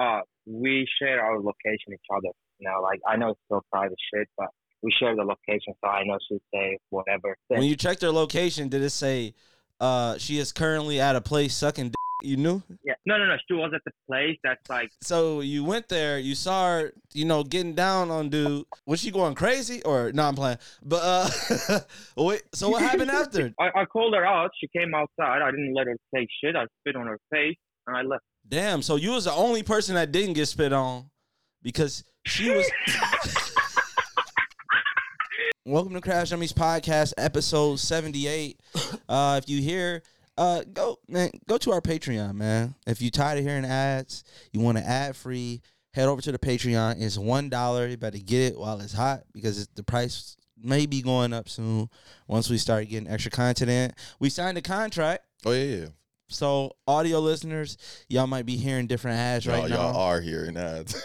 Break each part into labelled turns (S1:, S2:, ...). S1: uh, we share our location each other. You know, like I know it's still private shit, but we share the location, so I know she's safe, whatever.
S2: When you checked her location, did it say uh, she is currently at a place sucking? D-? You knew.
S1: yeah, no, no, no. She was at the place that's like
S2: So you went there, you saw her, you know, getting down on dude. Was she going crazy or no? I'm playing. But uh, wait, so what happened after?
S1: I, I called her out. She came outside. I didn't let her say shit. I spit on her face and I left.
S2: Damn. So you was the only person that didn't get spit on because she was. Welcome to Crash Dummies Podcast, episode seventy-eight. Uh, if you hear, uh, go man, go to our Patreon, man. If you tired of hearing ads, you want to ad-free, head over to the Patreon. It's one dollar. You better get it while it's hot because it's, the price may be going up soon. Once we start getting extra content in, we signed a contract.
S3: Oh yeah, yeah.
S2: So, audio listeners, y'all might be hearing different ads
S3: Y'all,
S2: right
S3: y'all
S2: now.
S3: are hearing ads.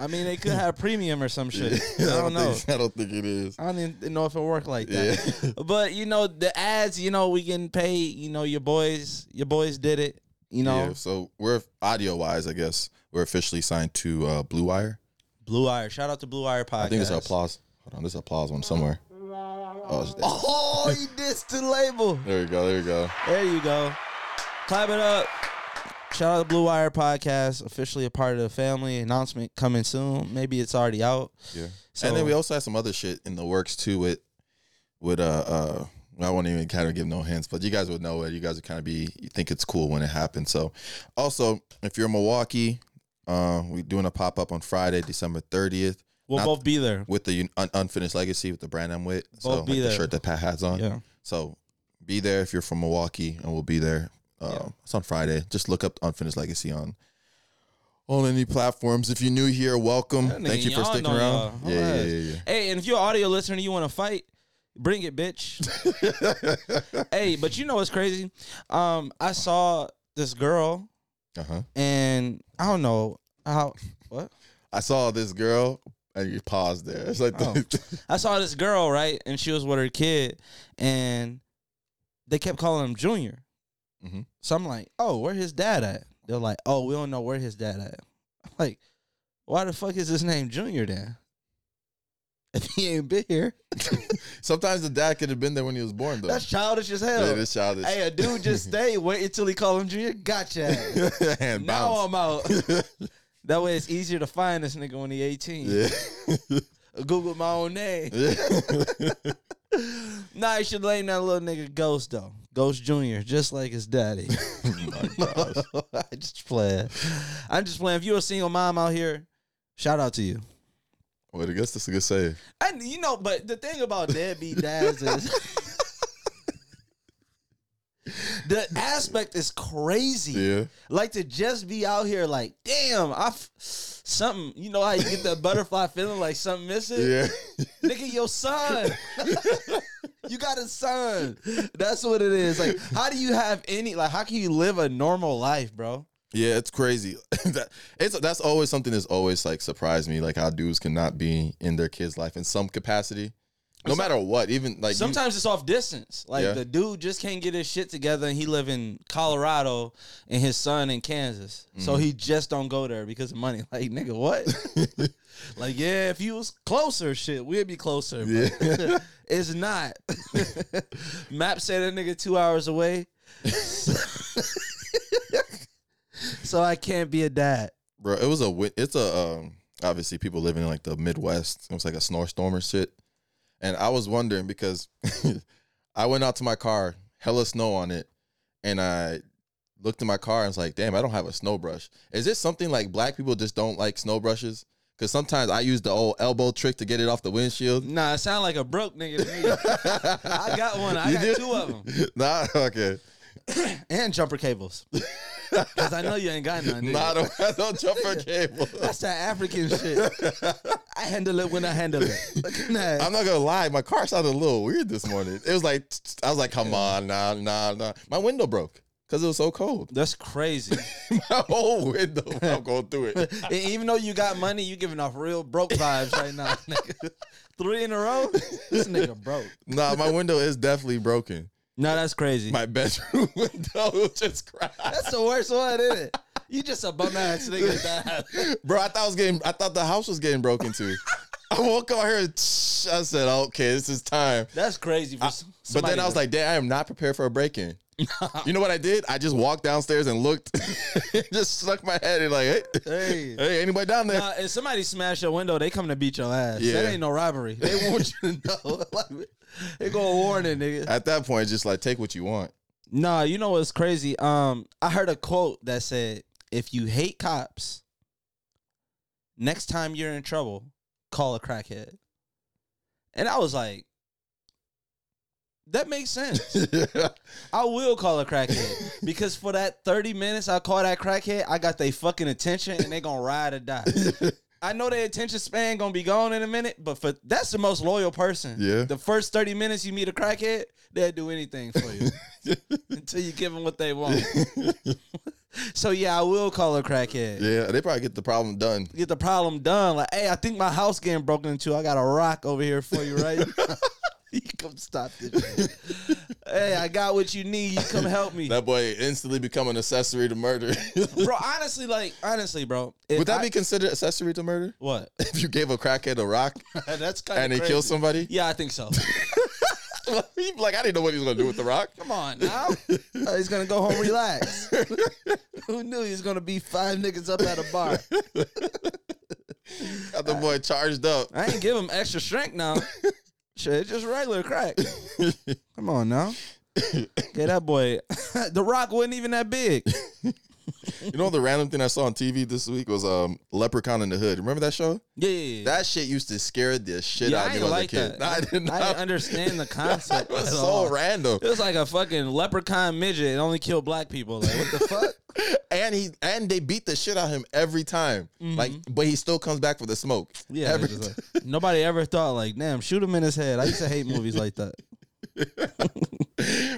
S2: I mean, they could have premium or some shit.
S3: Yeah,
S2: I don't know.
S3: Think, I don't think it is.
S2: I don't even know if it worked like
S3: Yeah.
S2: that. But you know, the ads. You know, we getting paid. You know, your boys, your boys did it. You know,
S3: Yeah, so we're audio wise, I guess we're officially signed to uh, Blue Wire.
S2: Blue Wire. Shout out to Blue Wire podcast.
S3: I think it's an applause. Hold on, there's an applause one somewhere. Oh, it's there.
S2: Oh, he dissed the label.
S3: there we go. There we go.
S2: There you go. Clap it up. Shout out to Blue Wire podcast, officially a part of the family. Announcement coming soon. Maybe it's already out.
S3: Yeah.
S2: So
S3: and then we also had some other shit in the works too with with uh uh I won't even kind of give no hints, but you guys would know it. You guys would kind of be you think it's cool when it happens. So also if you're in Milwaukee, uh we're doing a pop up on Friday, December thirtieth,
S2: will
S3: not-
S2: both be there.
S3: with the un- unfinished legacy with the brand I'm with. so
S2: Both be
S3: like the
S2: there.
S3: shirt that Pat has on.
S2: Yeah.
S3: So be there if you're from Milwaukee, and we'll be there. Uh,
S2: Yeah.
S3: It's on Friday. Just look up Unfinished Legacy on on any platforms. If you're new here, welcome.
S2: That nigga,
S3: Thank you for
S2: y'all
S3: sticking
S2: know y'all.
S3: around. Yeah, yeah,
S2: Alright.
S3: yeah,
S2: Hey, and if you're an audio listener and you want to fight, bring it, bitch.
S3: yeah.
S2: hey, but you know what's crazy? Um, I saw this girl
S3: uh
S2: Uh-huh.
S3: huh.
S2: and I don't know how what?
S3: I saw this girl, and you paused there. It's like,
S2: Oh. I saw this girl, right? And she was with her kid and they kept calling him Junior.
S3: Mhm.
S2: So I'm like, oh, where his dad at? They're like, oh, we don't know where his dad at. I'm like, why the fuck is his name Junior then? If he ain't been here,
S3: sometimes the dad could have been there when he was born, though.
S2: that's childish as
S3: yeah,
S2: hell.
S3: it is childish.
S2: Hey, a dude just stay, wait until he call him junior. Gotcha.
S3: and
S2: now
S3: bounce.
S2: I'm out. That way it's easier to find this nigga when he 18.
S3: yeah.
S2: Google my own name.
S3: yeah.
S2: Nah, you should name that little nigga Ghost though. Ghost Junior, just like his daddy. I just playing. I'm just playing. If you're a single mom out here, shout out to you.
S3: Wait, I guess that's a good save.
S2: And you know, but the thing about deadbeat dads is the aspect is crazy.
S3: Yeah.
S2: Like to just be out here, like, damn, I f- something. You know how you get that butterfly feeling, like something missing.
S3: Yeah.
S2: Nigga, your son. you got a son. That's what it is. Like, how do you have any? Like, how can you live a normal life, bro?
S3: Yeah, it's crazy. that it's that's always something that's always like surprised me, like how dudes cannot be in their kid's life in some capacity. No matter what, even like you-
S2: Sometimes it's off distance. Like
S3: Yeah.
S2: the dude just can't get his shit together, and he live in Colorado, and his son in Kansas. So
S3: Mm-hmm.
S2: he just don't go there because of money. Like nigga, what? like yeah, if you was closer, shit, we'd be closer. but
S3: Yeah.
S2: it's not. Map said that nigga two hours away. so I can't be a dad.
S3: bro, it was a wi- it's a um obviously people living in like the Midwest. It was like a snowstorm or shit. And I was wondering because I went out to my car, hella snow on it, and I looked in my car and was like, damn, I don't have a snow brush. Is this something like black people just don't like snow brushes? Because sometimes I use the old elbow trick to get it off the windshield.
S2: Nah, it sound like a broke nigga to me.
S3: I
S2: got one. I got two of
S3: Nah, okay.
S2: and jumper cables. Cause I know you ain't got none. nigga.
S3: Nah, I don't have no jumper cable.
S2: That's that African shit. I handle it when I handle it. Look at that.
S3: I'm not gonna lie, my car sounded a little weird this morning. It was like I was like, come on, nah, nah, nah. My window broke because it was so cold.
S2: That's crazy.
S3: My whole window. I'm going through it.
S2: And E-, even though you got money, you giving off real broke vibes right now. Nigga. Three in a row. This nigga broke.
S3: Nah, my window is definitely broken.
S2: No, that's crazy.
S3: My bedroom window just cracked.
S2: that's the worst one, isn't it? You just a bum ass nigga. at that house.
S3: Bro, I thought I was getting I thought the house was getting broken into. I woke up here, I said, okay, this is time.
S2: That's crazy. For
S3: I-
S2: s-
S3: But
S2: somebody
S3: then I was
S2: to-
S3: like, damn, I am not prepared for a break in. you know what I did? I just walked downstairs and looked, just stuck my head in like, hey,
S2: Hey.
S3: hey, anybody down there?
S2: Nah, if somebody smash your window, they coming to beat your ass.
S3: Yeah.
S2: That ain't no robbery. They want you to know. Like, they gonna warn it, nigga.
S3: At that point, it's just like take what you want.
S2: Nah, you know what's crazy? Um, I heard a quote that said, "If you hate cops, next time you're in trouble, call a crackhead." And I was like, "That makes sense. I will call a crackhead because for that thirty minutes I call that crackhead, I got they fucking attention and they gonna ride or die. I know their attention span gonna be gone in a minute, but for that's the most loyal person.
S3: Yeah.
S2: The first thirty minutes you meet a crackhead, they'll do anything for you until you give them what they want. So yeah, I will call a crackhead.
S3: yeah, they probably get the problem done.
S2: Get the problem done. Like, hey, I think my house getting broken into. I got a rock over here for you, right? you come stop this. shit. hey, I got what you need. You come help me,
S3: That boy instantly become an accessory to murder.
S2: bro. Honestly, like honestly, bro. if
S3: Would that
S2: I-
S3: be considered accessory to murder?
S2: what?
S3: If you gave a crackhead a rock
S2: That's kind
S3: and he killed somebody?
S2: Yeah, I think so.
S3: He'd be like, I didn't know what he was gonna do with the rock.
S2: Come on now. Uh, he's gonna go home relax. Who knew he was gonna be five niggas up at a bar?
S3: Got the boy charged up.
S2: I ain't give him extra strength now. Shit, it's just regular crack. Come on now. Get that boy. the rock wasn't even that big.
S3: You know the random thing I saw on TV this week was um Leprechaun in the Hood. Remember that show?
S2: Yeah, yeah, yeah.
S3: That shit used to scare the shit
S2: Yeah,
S3: out
S2: I
S3: of me
S2: ain't
S3: as
S2: like
S3: a kid.
S2: that.
S3: I did
S2: I
S3: not
S2: didn't understand the concept.
S3: It was
S2: at
S3: so
S2: all.
S3: random.
S2: It was like a fucking leprechaun midget. It only killed black people. Like what the fuck?
S3: And he and they beat the shit out of him every time.
S2: Mm-hmm.
S3: Like, but he still comes back for the smoke.
S2: Yeah,
S3: Every
S2: it's
S3: time.
S2: just like- nobody ever thought like, damn, shoot him in his head. I used to hate movies like that.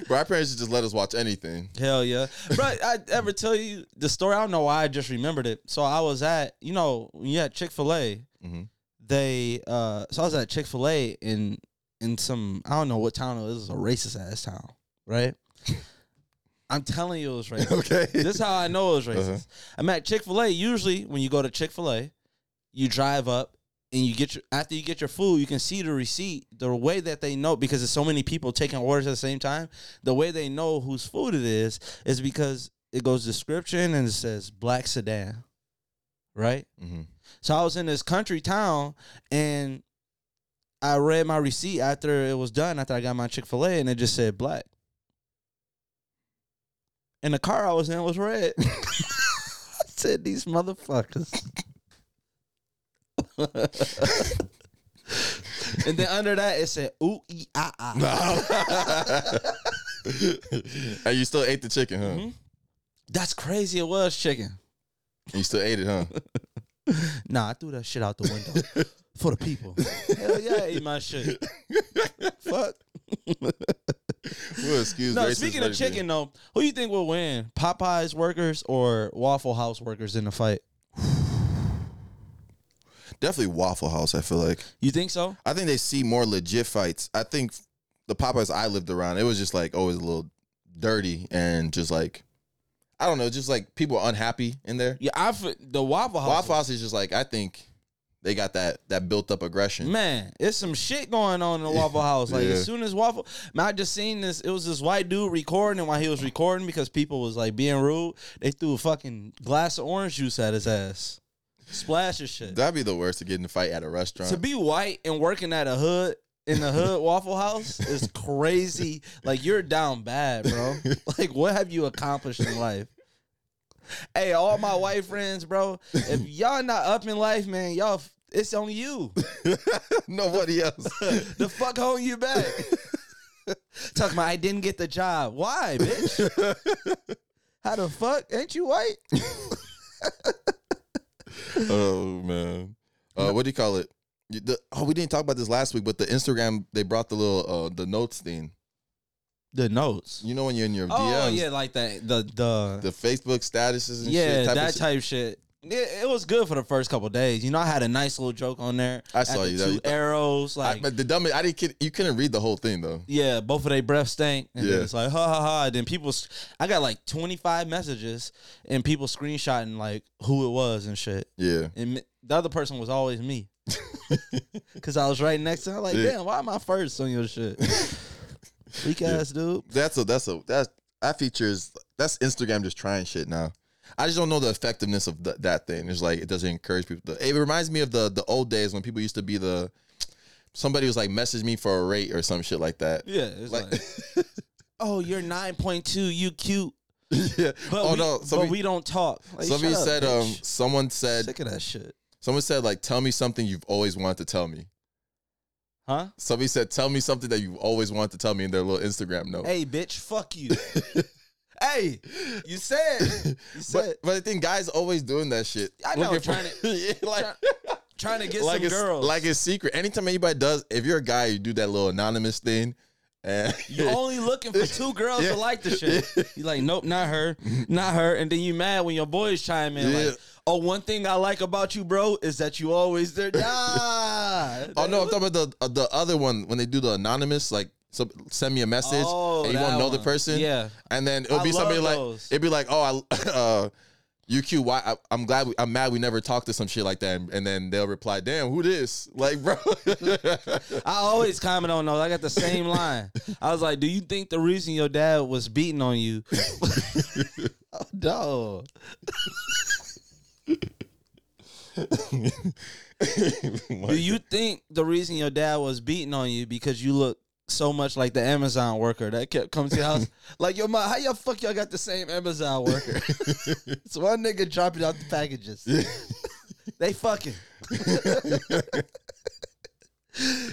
S3: Bro, our parents should just let us watch anything.
S2: Hell yeah, bro! I ever tell you the story? I don't know why I just remembered it. So I was at you know when you had Chick Fil A,
S3: Mhm.
S2: they uh so I was at Chick Fil A in in some I don't know what town it was, it was a racist ass town, right? I'm telling you, it was racist.
S3: Okay.
S2: This is how I know it was racist.
S3: Uh-huh.
S2: I'm at Chick Fil A. Usually, when you go to Chick Fil A, you drive up and you get your after you get your food, you can see the receipt. The way that they know because there's so many people taking orders at the same time, the way they know whose food it is is because it goes description and it says black sedan, right?
S3: hmm
S2: So I was in this country town and I read my receipt after it was done, after I got my Chick fil A, and it just said black. And the car I was in was red. I said, these motherfuckers. and then under that, it said, ooh, ee, ah, ah.
S3: and you still ate the chicken, huh?
S2: Mhm. That's crazy. It was chicken.
S3: You still ate it, huh?
S2: Nah, I threw that shit out the window for the people. Hell yeah, I ate my shit. Fuck.
S3: We'll excuse
S2: No,
S3: racist
S2: speaking of
S3: racist.
S2: chicken though, who you think will win, Popeyes workers or Waffle House workers in the fight?
S3: Definitely Waffle House, I feel like.
S2: You think so?
S3: I think they see more legit fights. I think the Popeyes I lived around, it was just like always a little dirty and just like I don't know, just like people unhappy in there.
S2: Yeah, I f- the Waffle House.
S3: Waffle House is just like I think they got that that built up aggression.
S2: Man, it's some shit going on in the Waffle House. Like
S3: Yeah.
S2: as soon as Waffle, man, I just seen this. It was this white dude recording, and while he was recording, because people was like being rude, they threw a fucking glass of orange juice at his ass, splash his shit.
S3: That'd be the worst to get in a fight at a restaurant.
S2: to be white and working at a hood in the hood Waffle House is crazy. Like you're down bad, bro. Like what have you accomplished in life? Hey, all my white friends, bro. If y'all not up in life, man, y'all, it's on you.
S3: Nobody else.
S2: The fuck holding you back? Talk about I didn't get the job. Why, bitch? How the fuck? Ain't you white?
S3: oh man. Uh, what do you call it? You- the- oh, we didn't talk about this last week, but the Instagram they brought the little uh, the notes thing.
S2: The notes.
S3: You know when you're in your
S2: Oh
S3: DMs,
S2: yeah, like that. The the,
S3: the Facebook statuses and
S2: yeah
S3: shit. type of
S2: that
S3: shit.
S2: type shit. it, it was good for the first couple days. You know, I had a nice little joke on there.
S3: I saw
S2: Had
S3: you,
S2: the
S3: though.
S2: Two
S3: You-
S2: arrows,
S3: I-
S2: like
S3: but the dumb, I didn't. kid- You couldn't read the whole thing though.
S2: yeah, both of their breath stank. And then
S3: Yeah.
S2: it's like ha ha ha. And then people, s- I got like twenty five messages and people screenshotting like who it was and shit.
S3: Yeah,
S2: And me- the other person was always me. Cause I was right next to him. Like,
S3: Yeah.
S2: damn, why am I first on your shit? Weak
S3: Yeah.
S2: ass dude.
S3: that's a that's a that's that features that's Instagram just trying shit now. I just don't know the effectiveness of th- that thing. It's like it doesn't encourage people. To, it reminds me of the the old days when people used to be the somebody was like message me for a rate or some shit like that.
S2: Yeah. It's like,
S3: Like,
S2: oh, you're nine point two, you cute.
S3: yeah.
S2: But,
S3: oh
S2: we,
S3: no,
S2: but
S3: somebody,
S2: we don't talk. Like,
S3: somebody
S2: shut up,
S3: said um
S2: bitch.
S3: someone said
S2: sick of that shit.
S3: someone said like tell me something you've always wanted to tell me.
S2: Huh?
S3: Somebody said tell me something that you've always wanted to tell me in their little Instagram note.
S2: Oh. Hey, bitch, fuck you. hey, you said you said
S3: But, but I think guys always doing that shit.
S2: I know, trying
S3: yeah, like
S2: trying to get
S3: like
S2: some
S3: it's,
S2: girls.
S3: Like it's secret. Anytime anybody does, if you're a guy, you do that little anonymous thing, and
S2: you only looking for two girls
S3: Yeah.
S2: to like the shit. You like, nope, not her, not her. And then you mad when your boys chime in.
S3: Yeah.
S2: Like, oh, one thing I like about you, bro, is that you always there. Nah.
S3: oh no, I'm talking about the uh, the other one when they do the anonymous like. So send me a message,
S2: Oh,
S3: and you
S2: that
S3: won't know the
S2: one.
S3: person.
S2: Yeah.
S3: and then it'll
S2: I
S3: be
S2: love
S3: somebody like
S2: those.
S3: it'd be like, oh, I, uh, UQ, why? I, I'm glad. We, I'm mad we never talked to some shit like that. And, and then they'll reply, damn, who this? Like, bro,
S2: I always comment on those. I got the same line. I was like, "Do you think the reason your dad was beating on you?" oh, dog. Do you think the reason your dad was beating on you because you look so much like the Amazon worker that kept coming to your house? like, yo, ma, how y'all fuck y'all got the same Amazon worker? it's one nigga dropping off the packages. they fucking.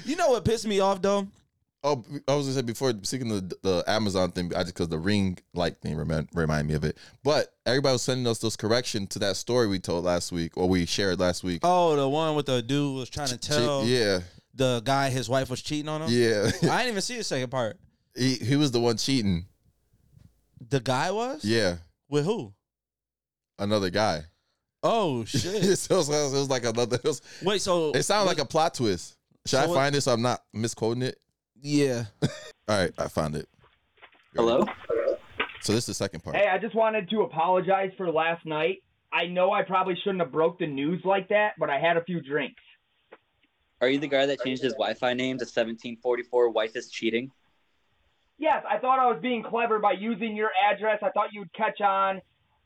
S2: you know what pissed me off though?
S3: Oh, I was gonna say before seeking the the Amazon thing, I just because the ring light thing remind, remind me of it. But everybody was sending us those correction to that story we told last week or we shared last week.
S2: Oh, the one with the dude was trying to tell Oh.
S3: yeah,
S2: the guy his wife was cheating on him.
S3: yeah.
S2: I didn't even see the second part.
S3: he he was the one cheating.
S2: The guy was
S3: Yeah,
S2: with who?
S3: another guy.
S2: Oh
S3: so
S2: shit!
S3: it was, it was like another. It, was,
S2: Wait, so
S3: it sounded like a plot twist.
S2: So
S3: Should I
S2: what-
S3: find this? So I'm not misquoting it.
S2: yeah.
S3: All right, I found it.
S4: Hello?
S3: So this is the second part.
S5: Hey, I just wanted to apologize for last night. I know I probably shouldn't have broke the news like that, but I had a few drinks.
S4: Are you the guy that changed his Wi-Fi name to 1744 Wife is cheating?
S5: Yes, I thought I was being clever by using your address. I thought you'd catch on.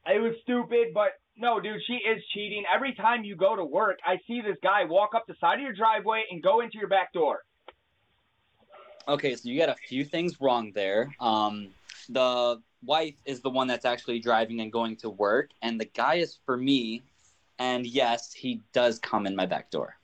S5: It was stupid, but no, dude, she is cheating. Every time you go to work, I see this guy walk up the side of your driveway and go into your back door.
S4: Okay, so you got a few things wrong there. Um, the wife is the one that's actually driving and going to work, and the guy is for me. And yes, he does come in my back door.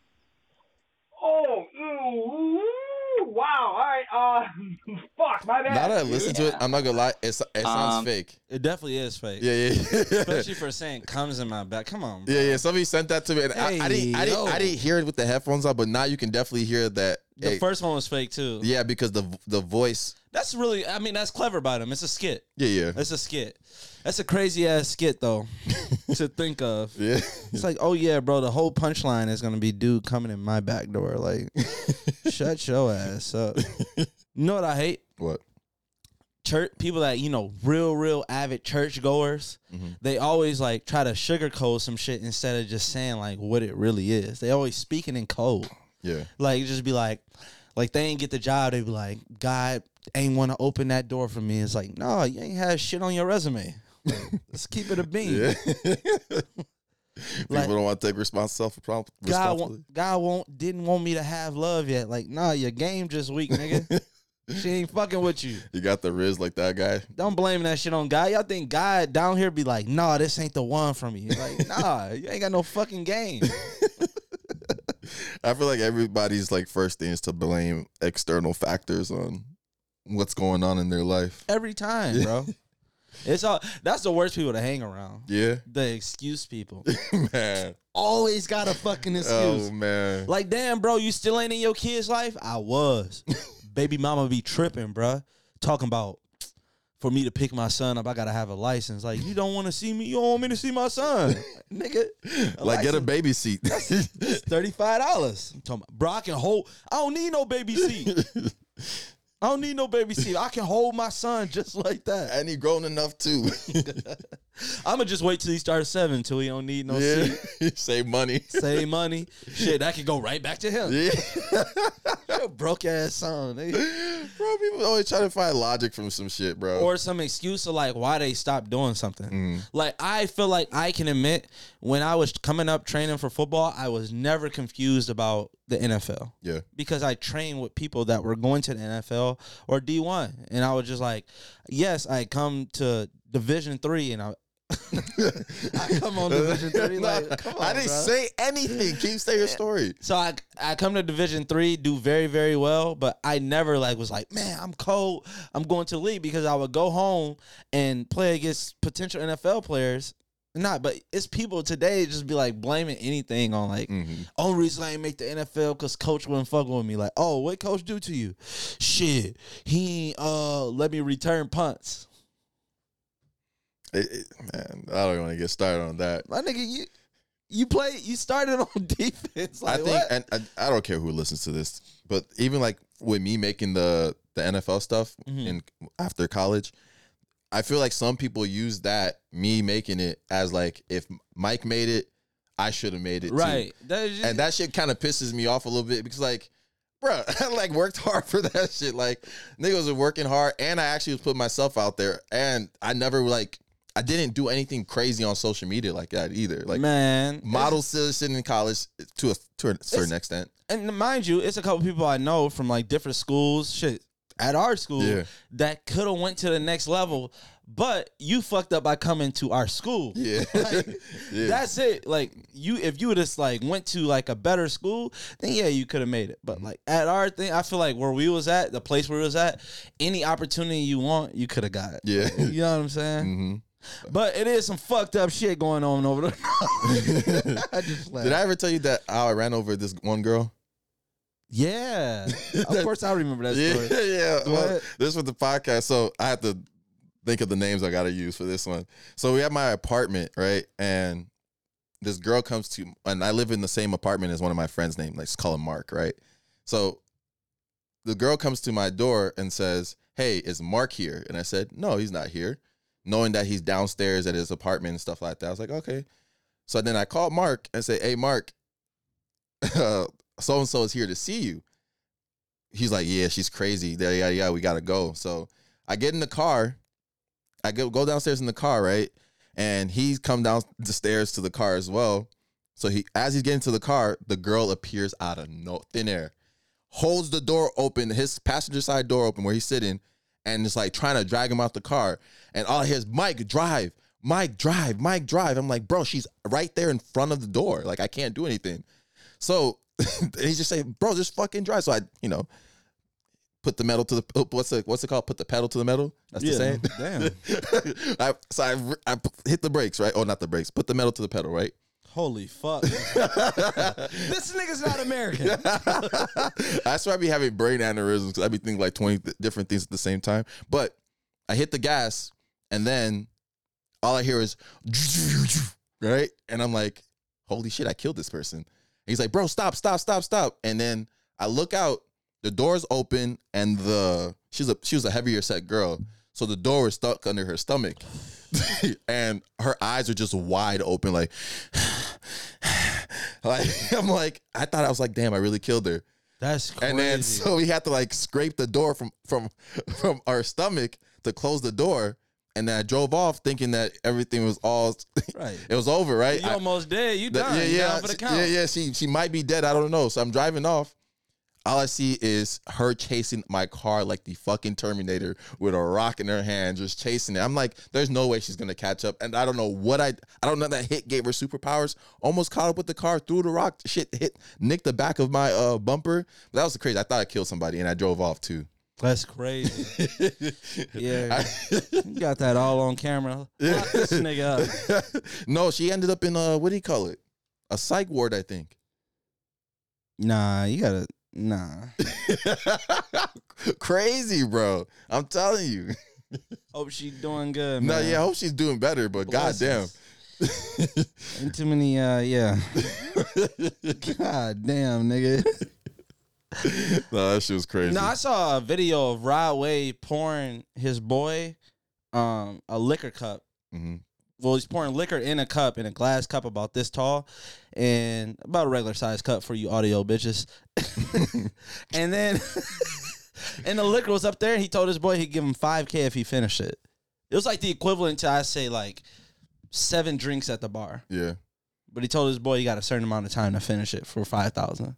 S5: Oh, ooh, ooh, wow. All right, uh, fuck, my bad.
S3: now that I listen to it,
S4: Yeah.
S3: I'm not gonna lie. It, so- it sounds
S4: Um,
S3: fake.
S2: It definitely is fake.
S3: Yeah, yeah, yeah.
S2: Especially for saying comes in my back. Come on. bro.
S3: Yeah, yeah. Somebody sent that to me, and I, I didn't, I didn't,
S2: Hey, yo.
S3: I didn't hear it with the headphones on, but now you can definitely hear that.
S2: The
S3: hey,
S2: first one was fake too.
S3: yeah, because the the voice.
S2: That's really I mean that's clever by them. It's a skit.
S3: Yeah, yeah,
S2: It's a skit. That's a crazy ass skit though to think of.
S3: yeah.
S2: It's like, oh yeah, bro, the whole punchline is gonna be dude coming in my back door. Like shut your ass up. You know what I hate?
S3: What?
S2: church people that you know real real avid church goers
S3: Mhm.
S2: they always like try to sugarcoat some shit instead of just saying like what it really is they always speaking in code
S3: Yeah,
S2: like it just be like like they ain't get the job they be like god ain't want to open that door for me it's like no you ain't had shit on your resume Like, let's keep it a bean
S3: yeah. People
S2: Like-
S3: don't want to take responsibility for problem.
S2: god, want, god won't didn't want me to have love yet like nah your game just weak nigga she ain't fucking with you
S3: You got the riz like that guy.
S2: Don't blame that shit on God. Y'all think God down here be like, nah, this ain't the one for me. Like, nah, you ain't got no fucking game.
S3: I feel like everybody's like first thing is to blame external factors on what's going on in their life.
S2: Every time, bro. It's all that's the worst people to hang around.
S3: Yeah,
S2: The excuse people.
S3: man.
S2: Always got a fucking excuse.
S3: Oh man.
S2: Like, damn, bro, you still ain't in your kid's life? I was. Baby mama be tripping, bro. Talking about for me to pick my son up, I gotta have a license. Like, you don't want to see me, you don't want me to see my son, nigga.
S3: like get a
S2: license-
S3: baby seat.
S2: It's thirty five dollars. Talking about, bro, I can hold. I don't need no baby seat. I don't need no baby seat. I can hold my son just like that.
S3: and he grown enough too.
S2: I'ma just wait till he starts seven, till he don't need no
S3: yeah,
S2: seat.
S3: save money.
S2: Save money, shit. That could go right back to him.
S3: Yeah,
S2: Your broke ass son. nigga.
S3: bro. People always try to find logic from some shit, bro.
S2: or some excuse of like why they stopped doing something.
S3: Mm.
S2: Like I feel like I can admit when I was coming up training for football, I was never confused about the NFL.
S3: Yeah.
S2: Because I trained with people that were going to the NFL or D1 and I was just like, yes, I come to Division 3 and I I come on Division 3 like
S3: Nah,
S2: come on,
S3: I didn't
S2: bruh.
S3: say anything. Keep saying your story.
S2: So I I come to Division Three, do very very well, but I never like was like, man, I'm cold. I'm going to the league because I would go home and play against potential NFL players. Not, but it's people today just be like blaming anything on like
S3: Mhm.
S2: only reason I ain't make the NFL because coach wouldn't fuck with me. Like, oh, what coach do to you? Shit, he ain't, uh let me return punts.
S3: It- it- man, I don't want to get started on that.
S2: My nigga, you you play you started on defense. Like,
S3: I think, and I, I don't care who listens to this, but even like with me making the the NFL stuff
S2: Mhm.
S3: in after college, I feel like some people use that me making it as like if Mike made it, I should have made it too.
S2: right. That is just-
S3: and that shit kind of pisses me off a little bit because like bruh, i like worked hard for that shit like niggas were working hard and i actually was putting myself out there and i never like i didn't do anything crazy on social media like that either like
S2: man
S3: model citizen in college to a to a certain extent
S2: and mind you, it's a couple people I know from like different schools, shit, at our school
S3: Yeah.
S2: that could have went to the next level, but you fucked up by coming to our school.
S3: yeah
S2: Like,
S3: yeah
S2: That's it. Like you, if you would just like went to like a better school, then yeah, you could have made it. But
S3: Mm-hmm.
S2: like at our thing, I feel like where we was at, the place where we was at, any opportunity you want, you could have got. It.
S3: yeah
S2: You know what I'm saying?
S3: hmm
S2: But it is some fucked up shit going on over there. I just laughed.
S3: did i ever tell you that how i ran over this one girl
S2: Yeah, of
S3: That-
S2: course I remember that
S3: yeah
S2: story.
S3: yeah well,
S2: What?
S3: this was the podcast so i had to think of the names I gotta use for this one. So we have my apartment, right? And this girl comes to and I live in the same apartment as one of my friends' name, let's call him Mark, right? So the girl comes to my door and says, Hey, is Mark here? And I said, No, he's not here. Knowing that he's downstairs at his apartment and stuff like that. I was like, okay. So then I called Mark and said, Hey Mark, so and so is here to see you. He's like, Yeah, she's crazy. Yeah, yeah, yeah, we gotta go. So I get in the car I go, go downstairs in the car, right? And he's come down the stairs to the car as well. So he, as he's getting to the car, the girl appears out of no thin air, holds the door open, his passenger side door open where he's sitting, and it's like trying to drag him out the car. And all I hear is Mike drive, Mike drive, Mike drive. I'm like, bro, she's right there in front of the door. Like I can't do anything. So he's just saying, bro, just fucking drive. So I, you know, put the metal to the oh, what's it what's it called? Put the pedal to the metal. That's the saying.
S2: Damn.
S3: I, so I, re- I p- hit the brakes, right? Oh, not the brakes. Put the metal to the pedal, right?
S2: Holy fuck. this nigga's not American.
S3: I swear I be having brain aneurysms because I be thinking like 20 th- different things at the same time. But I hit the gas and then all I hear is, right? And I'm like, holy shit, I killed this person. And he's like, bro, stop, stop, stop, stop. And then I look out, the door's open and the, she's a, she was a heavier set girl. So the door was stuck under her stomach and her eyes are just wide open, like, like I'm like, I thought I was like, damn, I really killed her.
S2: That's crazy.
S3: And then so we had to like scrape the door from from from our stomach to close the door. And then I drove off thinking that everything was all
S2: right.
S3: it was over, right?
S2: You
S3: I-
S2: almost dead. You
S3: that-
S2: done.
S3: yeah,
S2: You
S3: yeah,
S2: down for the
S3: she-
S2: count.
S3: yeah, yeah. She she might be dead. I don't know. So I'm driving off. All I see is her chasing my car like the fucking Terminator with a rock in her hand, just chasing it. I'm like, there's no way she's gonna catch up. And I don't know what I I don't know that hit gave her superpowers. Almost caught up with the car, threw the rock, shit hit, nicked the back of my uh bumper. But that was crazy. I thought I killed somebody and I drove off too.
S2: That's crazy. Yeah.
S3: I-
S2: You got that all on camera. Lock this nigga up.
S3: no, she ended up in uh what do you call it? A psych ward, I think.
S2: Nah, you gotta nah.
S3: Crazy, bro. I'm telling you.
S2: Hope she doing good.
S3: No,
S2: man.
S3: yeah, I hope she's doing better, but goddamn.
S2: Blessings. Ain't too many. Uh, yeah. God damn, nigga.
S3: no, that shit was crazy.
S2: No, I saw a video of Rod Wave pouring his boy um a liquor cup.
S3: Mhm.
S2: Well, he's pouring liquor in a cup in a glass cup about this tall, and about a regular size cup for you audio bitches. and then, and the liquor was up there. And he told his boy he'd give him five k if he finished it. It was like the equivalent to I say like seven drinks at the bar.
S3: Yeah.
S2: But he told his boy he got a certain amount of time to finish it for five thousand.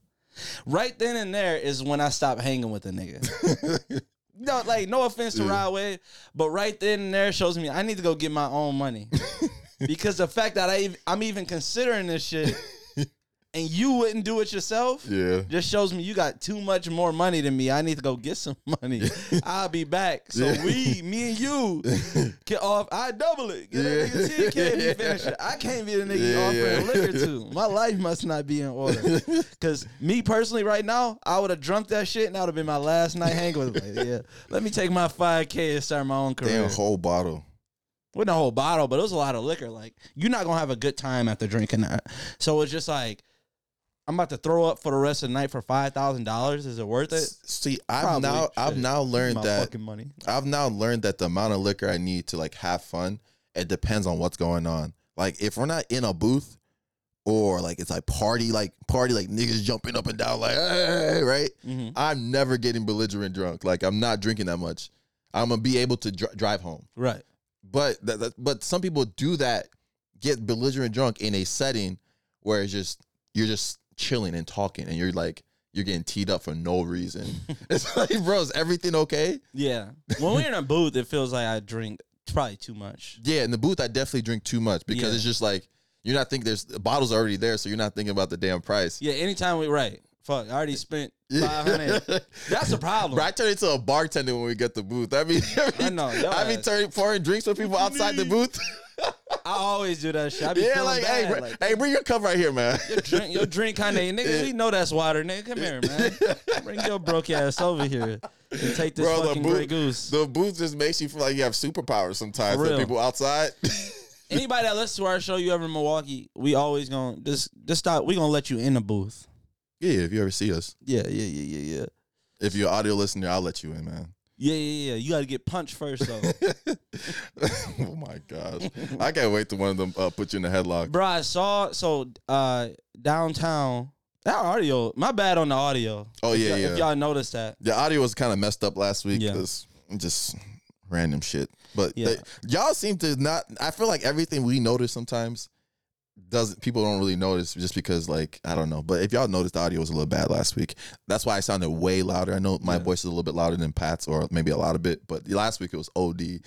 S2: Right then and there is when I stopped hanging with the nigga. No, like no offense to
S3: Yeah.
S2: Rod Wave, but right then and there shows me I need to go get my own money because the fact that I ev- I'm even considering this shit and you wouldn't do it yourself
S3: yeah.
S2: just shows me you got too much more money than me. I need to go get some money. I'll be back. So
S3: Yeah.
S2: we, me and you, get off. I double it. Get that
S3: Yeah.
S2: nigga 10K if he finish it. I can't be the nigga you
S3: Yeah,
S2: offering
S3: yeah.
S2: liquor to. My life must not be in order. Cause me personally, right now, I would have drunk that shit and that would have been my last night hanging with. Like, yeah, let me take my 5K and start my own career.
S3: Damn, whole bottle.
S2: With the whole bottle, but it was a lot of liquor. Like you're not gonna have a good time after drinking that. So it's just like. I'm about to throw up for the rest of the night for five thousand dollars. Is it worth it?
S3: S- See, I've
S2: Probably
S3: now I've
S2: should.
S3: now learned
S2: my
S3: that
S2: fucking money.
S3: I've now learned that the amount of liquor I need to like have fun, it depends on what's going on. Like if we're not in a booth or like it's like party, like party, like niggas jumping up and down, like hey, right.
S2: hmm
S3: I'm never getting belligerent drunk. Like I'm not drinking that much. I'm gonna be able to dr- drive home.
S2: Right.
S3: But that, that, but some people do that, get belligerent drunk in a setting where it's just you're just chilling and talking, and you're like you're getting teed up for no reason. it's like, bro, is everything okay?
S2: Yeah. When we're in a booth, it feels like I drink probably too much.
S3: Yeah, in the booth, I definitely drink too much because
S2: Yeah.
S3: it's just like you're not thinking. There's the bottles are already there, so you're not thinking about the damn price.
S2: Yeah. Anytime we right. Fuck. I already spent five hundred. That's a problem.
S3: Bro, I turn into a bartender when we get the booth. I mean, I,
S2: I know, your
S3: be
S2: ass.
S3: turning pouring drinks for people outside the booth.
S2: I always do that shit. I be
S3: yeah,
S2: feeling
S3: like
S2: bad.
S3: hey, br-
S2: like,
S3: hey, bring your cup right here, man.
S2: your drink, your drink kind of nigga. We know that's water, nigga. Come here, man. Bring your broke ass over here and take this
S3: Bro, the
S2: fucking
S3: booth-
S2: Grey Goose.
S3: The booth just makes you feel like you have superpowers sometimes.
S2: For
S3: The
S2: real.
S3: people outside,
S2: Anybody that listens to our show, you ever in Milwaukee? We always gonna just just stop. We gonna let you in the booth.
S3: yeah. If you ever see us,
S2: Yeah, yeah, yeah, yeah, yeah.
S3: if you're an audio listener, I'll let you in, man.
S2: Yeah, yeah, yeah. You got to get punched first, though.
S3: oh my gosh, I can't wait to one of them uh, put you in a headlock.
S2: Bro, I saw so uh downtown that audio. My bad on the audio.
S3: Oh yeah,
S2: If y'all-
S3: yeah.
S2: If y'all noticed that,
S3: The audio was kind of messed up last week
S2: Yeah.
S3: 'cause just random shit. But
S2: Yeah.
S3: they- y'all seem to not. I feel like everything we notice sometimes doesn't people don't really notice just because like I don't know. But if y'all noticed, the audio was a little bad last week. That's why I sounded way louder. I know my
S2: Yeah.
S3: voice is a little bit louder than Pat's or maybe a lot of bit. But last week it was OD.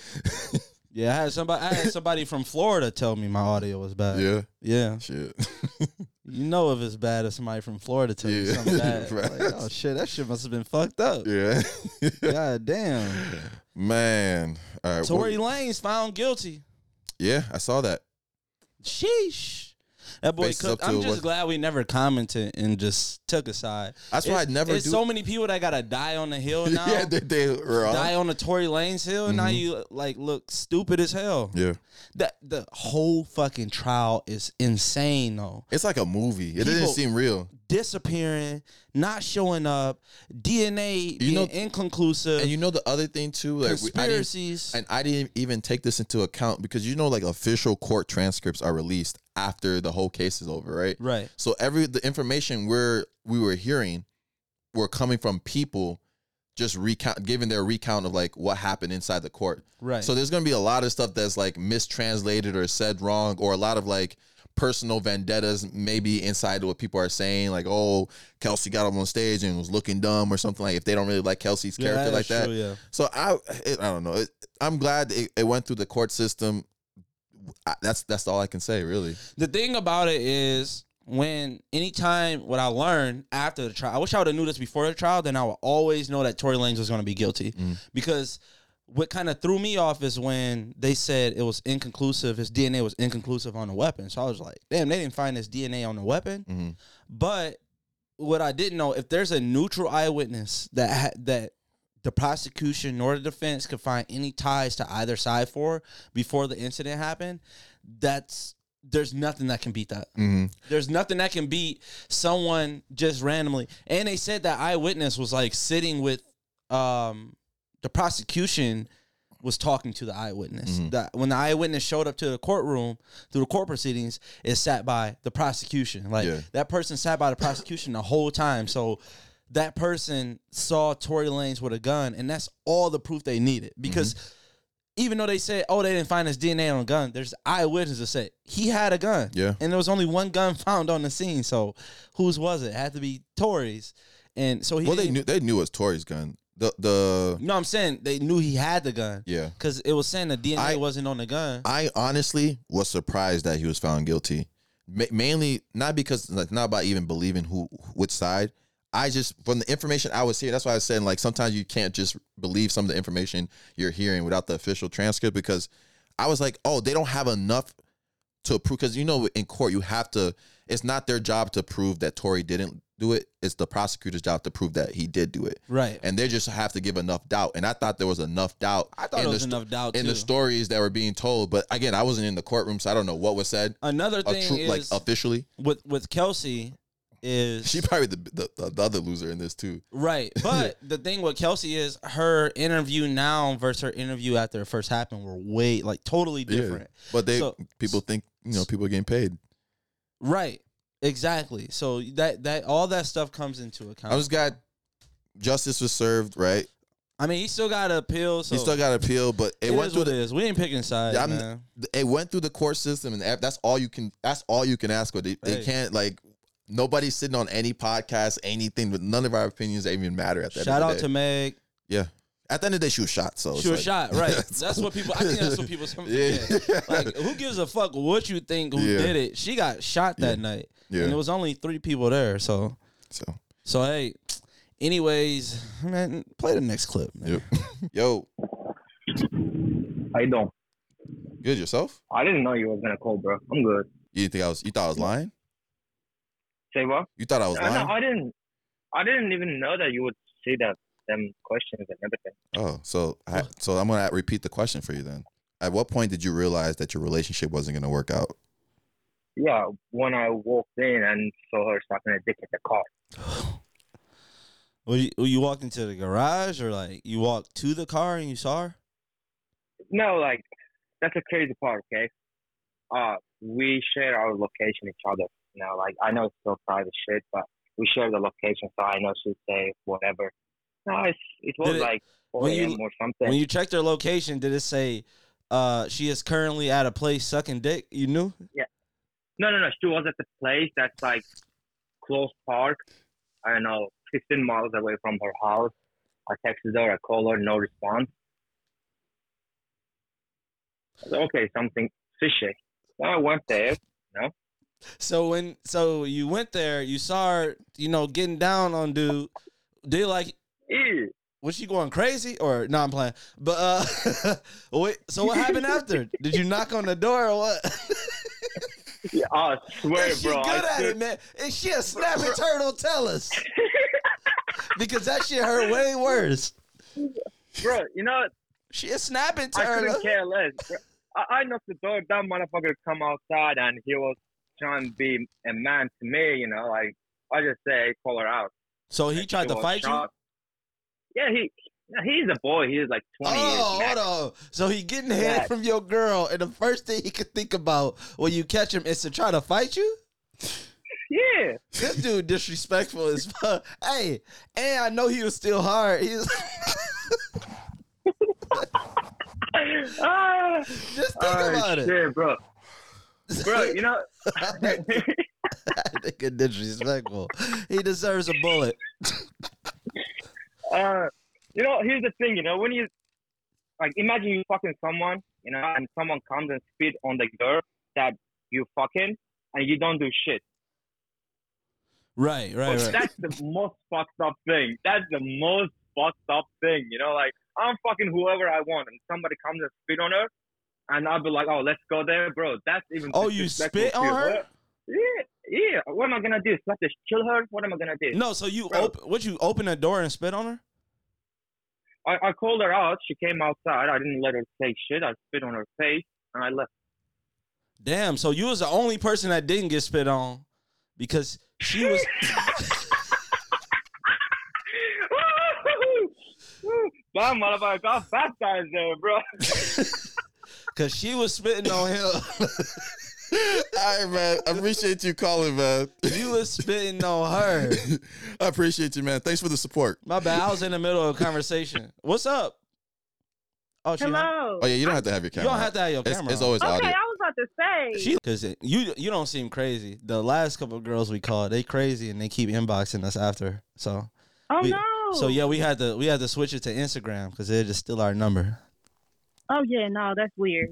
S2: yeah, I had somebody. I had somebody from Florida tell me my audio was bad. Yeah,
S3: yeah, shit.
S2: you know if it's bad if somebody from Florida tells you
S3: Yeah.
S2: something bad.
S3: Right.
S2: Like, oh shit, that shit must have been fucked up.
S3: yeah,
S2: God damn.
S3: man. All right. well,
S2: Tory Lane's found guilty.
S3: yeah, I saw that.
S2: Sheesh. That boy
S3: Faces
S2: cooked.
S3: up to
S2: I'm
S3: it,
S2: just
S3: what-
S2: glad we never commented and just took a side.
S3: That's why I
S2: It's-
S3: never
S2: It's
S3: do-
S2: so many people that gotta die on the hill now.
S3: yeah, they, they were on.
S2: die on the Tory Lanez hill, and now
S3: Mhm.
S2: you like look stupid as hell.
S3: Yeah,
S2: That the whole fucking trial is insane though.
S3: it's like a movie. It
S2: People-
S3: didn't seem real.
S2: Disappearing, not showing up, DNA
S3: You
S2: being
S3: know-
S2: inconclusive,
S3: And you know the other thing too, like we- I didn't,
S2: conspiracies.
S3: and I didn't even take this into account because you know, like official court transcripts are released after the whole case is over, right?
S2: right.
S3: So every the information we're we were hearing were coming from people just recount, giving their recount of like what happened inside the court.
S2: Right.
S3: So
S2: So
S3: there's gonna be a lot of stuff that's like mistranslated or said wrong, or a lot of like personal vendettas maybe inside what people are saying, like oh Kelsey got up on stage and was looking dumb or something like if they don't really like Kelsey's character like that.
S2: yeah.
S3: So I, it, I don't know. It, I'm glad it, it went through the court system. I, that's that's all I can say, really.
S2: The thing about it is when anytime what I learned after the trial, I wish I would have knew this before the trial, then I would always know that Tory Lanez was gonna be guilty.
S3: Mm.
S2: Because what kind of threw me off is when they said it was inconclusive, his DNA was inconclusive on the weapon. So I was like, damn, they didn't find his DNA on the weapon.
S3: Mhm.
S2: But what I didn't know, if there's a neutral eyewitness that ha- that the prosecution nor the defense could find any ties to either side for before the incident happened, that's there's nothing that can beat that.
S3: Mm-hmm.
S2: There's nothing that can beat someone just randomly. And they said that eyewitness was like sitting with um the prosecution was talking to the eyewitness.
S3: Mhm.
S2: That when the eyewitness showed up to the courtroom through the court proceedings, it sat by the prosecution. Like
S3: Yeah.
S2: that person sat by the prosecution the whole time. So that person saw Tory Lanez with a gun, and that's all the proof they needed. Because
S3: Mm-hmm.
S2: even though they said, "Oh, they didn't find his DNA on a gun," there's eyewitnesses that said he had a gun
S3: Yeah.
S2: and there was only one gun found on the scene. So whose was it? it had to be Tory's. And so he.
S3: Well, they
S2: didn't-
S3: knew they knew it was Tory's gun. The the
S2: No, I'm saying they knew he had the gun
S3: yeah.
S2: because it was saying the DNA
S3: I-
S2: wasn't on the gun.
S3: I honestly was surprised that he was found guilty. Ma- mainly not because like not by even believing who which side. I just from the information I was hearing, that's why I was saying like sometimes you can't just believe some of the information you're hearing without the official transcript because I was like, oh, they don't have enough to prove because you know in court you have to. It's not their job to prove that Tory didn't do it. It's the prosecutor's job to prove that he did do it,
S2: right.
S3: and they just have to give enough doubt. And I thought there was enough doubt.
S2: I thought
S3: in
S2: it
S3: the
S2: was
S3: sto-
S2: enough doubt
S3: in
S2: too.
S3: the stories that were being told. But again, I wasn't in the courtroom, so I don't know what was said.
S2: Another
S3: A
S2: thing
S3: true, like
S2: is
S3: officially,
S2: with with Kelsey is
S3: she probably the, the the other loser in this too.
S2: right, but the thing with Kelsey is her interview now versus her interview after it first happened were way like totally
S3: Yeah.
S2: different.
S3: But they
S2: So-
S3: people think you know people are getting paid.
S2: Right. Exactly. So that that all that stuff comes into account.
S3: I just got justice was served, right?
S2: I mean, he still got to appeal. So
S3: he still got appeal, but it,
S2: It
S3: went
S2: is
S3: through
S2: what
S3: the
S2: it is. We ain't picking sides,
S3: Yeah, I'm-
S2: man.
S3: it went through the court system, and ev- that's all you can. That's all you can ask for. They, they
S2: Right.
S3: can't like. Nobody's sitting on any podcast, anything, but none of our opinions even matter at the
S2: Shout
S3: end of
S2: out
S3: the day.
S2: to Meg.
S3: yeah. At the end of the day, she was shot. So it's
S2: Sure
S3: like-
S2: shot, right? That's what people. I think that's what people. Some,
S3: Yeah.
S2: Like, who gives a fuck what you think? Who
S3: Yeah.
S2: did it? She got shot that
S3: Yeah.
S2: night, and
S3: yeah.
S2: it was only three people there. So,
S3: So
S2: so hey. Anyways, man, play the next clip. man.
S3: Yep. yo,
S1: How you doing?
S3: good yourself.
S1: I didn't know you was gonna call, bro. I'm good.
S3: You didn't think I was? You thought I was lying?
S1: Say what?
S3: You thought I was
S1: Mm. No, no,
S3: lying?
S1: I didn't. I didn't even know that you would see that them questions and everything.
S3: Oh, so I, so I'm gonna repeat the question for you then. At what point did you realize that your relationship wasn't gonna work out?
S1: Yeah, when I walked in and saw her sucking a dick at the car.
S2: Well, you, well, you walked into the garage, or like you walked to the car and you saw her.
S1: No, like that's a crazy part. Okay, uh, we share our location each other. You know, like I know it's still private shit, but we share the location, so I know she'd say whatever. No, it's, it was
S2: Did it-
S1: like four
S2: when you-
S1: a.m. or something.
S2: When you checked her location, did it say uh, she is currently at a place sucking dick? You knew.
S1: no, no, no. She was at the place that's like close park. I don't know, fifteen miles away from her house. I texted her, I called her, no response. I said, okay, something fishy. So I went there.
S2: So when so you went there, you saw her, you know, getting down on dude. Did you like
S1: Ew.
S2: was she going crazy or no? I'm playing. But uh, wait, so what happened after? Did you knock on the door or what?
S1: Yeah, I swear,
S2: Is she
S1: bro.
S2: good
S1: I
S2: at
S1: swear-
S2: it, man? Is she a snapping turtle? Tell us. Because that shit hurt way worse.
S1: Bro, you know,
S2: She a snapping
S1: I
S2: turtle.
S1: couldn't care less. bro. I, I knocked the door. That motherfucker come outside, and he was trying to be a man to me. You know, like I just say, call her out.
S2: So he tried to
S1: was
S2: fight you.
S1: shocked. Yeah, he he's a boy. He's like twenty
S2: Oh,
S1: years.
S2: hold
S1: max.
S2: on. So he getting head
S1: Max.
S2: from your girl, and the first thing he could think about when you catch him is to try to fight you.
S1: Yeah,
S2: This dude disrespectful as fuck. Hey, and I know he was still hard. He was
S1: ah,
S2: just think
S1: oh,
S2: about
S1: shit,
S2: it.
S1: bro. Bro, you know,
S2: that nigga disrespectful. He deserves a bullet.
S1: uh, you know. Here's the thing. You know, when you like, imagine you fucking someone, you know, and someone comes and spit on the girl that you fucking, and you don't do shit.
S2: Right, right,
S1: That's the most fucked up thing. That's the most fucked up thing. You know, like I'm fucking whoever I want, and somebody comes and spit on her, and I'll be like, "Oh, let's go there, bro." That's even.
S2: Oh, you
S1: disrespectful
S2: spit
S1: to
S2: on her?
S1: Yeah, yeah. What am I gonna do? Slap the kill her? What am I gonna do?
S2: No, so you
S1: Bro.
S2: open what you open the door and spit on her?
S1: I, I called her out. She came outside. I didn't let her say shit. I spit on her face and I left.
S2: Damn, so you was the only person that didn't get spit on because she was
S1: that motherfucker got baptized there, bro.
S2: because she was spitting on him.
S3: All right, man. I appreciate you calling, man.
S2: you was spitting on her.
S3: I appreciate you, man. Thanks for the support.
S2: My bad. I was in the middle of a conversation. What's up? Oh, she
S6: Hello.
S3: Oh yeah, you don't have to have your
S2: You
S3: camera.
S2: don't have to have your
S3: It's,
S2: camera.
S3: it's
S2: on.
S3: always
S6: Okay,
S3: audio.
S6: I was about to say.
S2: She because you you don't seem crazy. The last couple of girls we called, they crazy and they keep inboxing us after. So
S6: oh
S2: we-
S6: no.
S2: so yeah, we had to we had to switch it to Instagram because they're just still our number.
S6: Oh yeah, no, that's weird.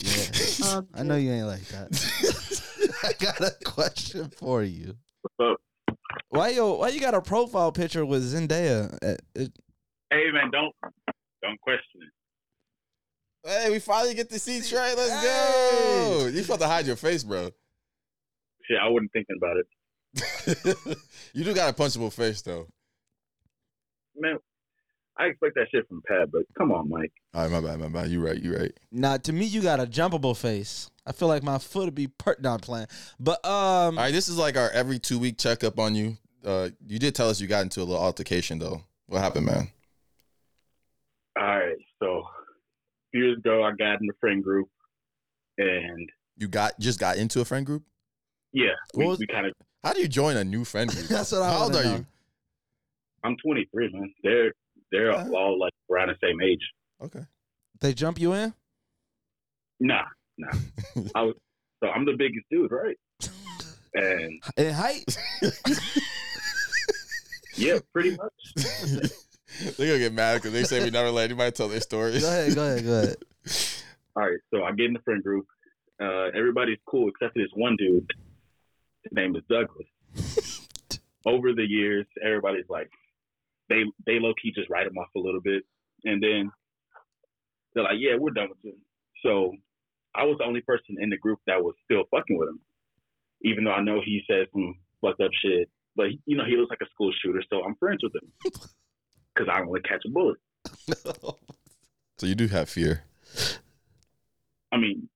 S2: Yeah,
S6: Um,
S2: I know you ain't like that. I got a question for you. Uh,
S7: What's up?
S2: Why yo? Why you got a profile picture with Zendaya? Uh, it-
S7: Hey man, don't don't question it.
S3: Hey, we finally get to see Trey. Let's
S2: Hey.
S3: go. You about to hide your face, bro.
S7: Shit, I wasn't thinking about it.
S3: you do got a punchable face though.
S7: Man, I expect that shit from Pat, but come on, Mike.
S3: All right, my bad, my bad. You right, you right.
S2: Nah, to me, you got a jumpable face. I feel like my foot would be per- not playing, but um,
S3: All right, this is like our every two week checkup on you. Uh, you did tell us you got into a little altercation though. What happened, man?
S7: All right, so years ago, I got in the friend group, and
S3: You got just got into a friend group.
S7: yeah, we,
S2: What was-
S7: we kind of.
S3: How do you join a new friend group?
S2: that's what I.
S3: How old
S2: wanna
S3: are
S2: know.
S3: you?
S7: I'm 23, man. They're they're
S3: Uh-huh.
S7: all like around the same age.
S3: Okay.
S2: They jump you in?
S7: Nah, nah. I was so I'm the biggest dude, right? And
S2: In height?
S7: yeah, pretty much.
S3: They're gonna get mad because they say we never let anybody tell their stories.
S2: Go ahead, go ahead, go ahead.
S7: All right, so I get in the friend group. Uh, everybody's cool except for this one dude. His name is Douglas. Over the years, everybody's like, they they low key just write him off a little bit, and then they're like, yeah, we're done with him. So I was the only person in the group that was still fucking with him, even though I know he says some fucked up shit. But you know, he looks like a school shooter, so I'm friends with him because I don't want to catch a bullet.
S3: So you do have fear.
S7: I mean,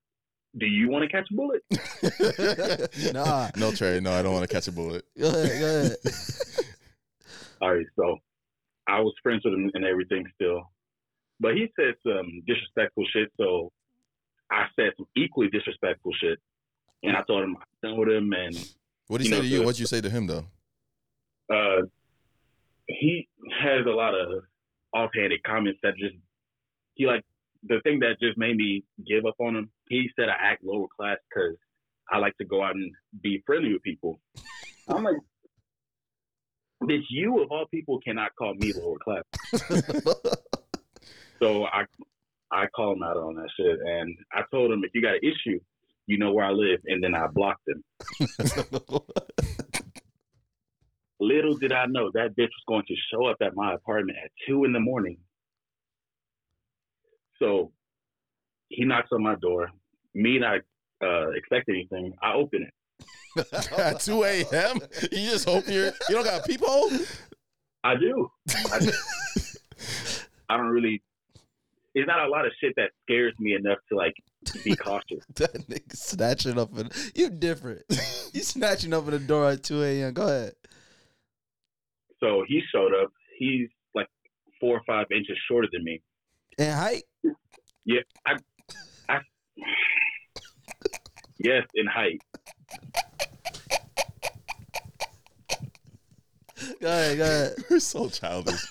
S7: do you want to catch a bullet?
S2: Nah.
S3: No, Trey. No, I don't want to catch a bullet.
S2: Go ahead, go ahead.
S7: All right, so I was friends with him and everything still, but he said some disrespectful shit. So I said some equally disrespectful shit, and I told him I done with him, and
S3: What did he
S7: You
S3: say
S7: know,
S3: to you?
S7: the-
S3: What'd you say to him though?
S7: uh, he has a lot of offhanded comments that just he like the thing that just made me give up on him. He said I act lower class because I like to go out and be friendly with people. I'm like, bitch, you of all people cannot call me lower class. So I I called him out on that shit, and I told him if you got an issue, you know where I live, and then I blocked him. Little did I know that bitch was going to show up at my apartment at two in the morning. So he knocks on my door. Me not uh, expect anything. I open it.
S3: At 2 a.m. You just hope you're you don't got a peephole.
S7: I do. I, I don't really. It's not a lot of shit that scares me enough to like be cautious.
S2: that nigga snatching up in you different. You snatching up in the door at 2 a.m. Go ahead.
S7: So he showed up. He's like four or five inches shorter than me.
S2: In height?
S7: Yes, in height.
S2: Go ahead, go ahead.
S3: We're so childish.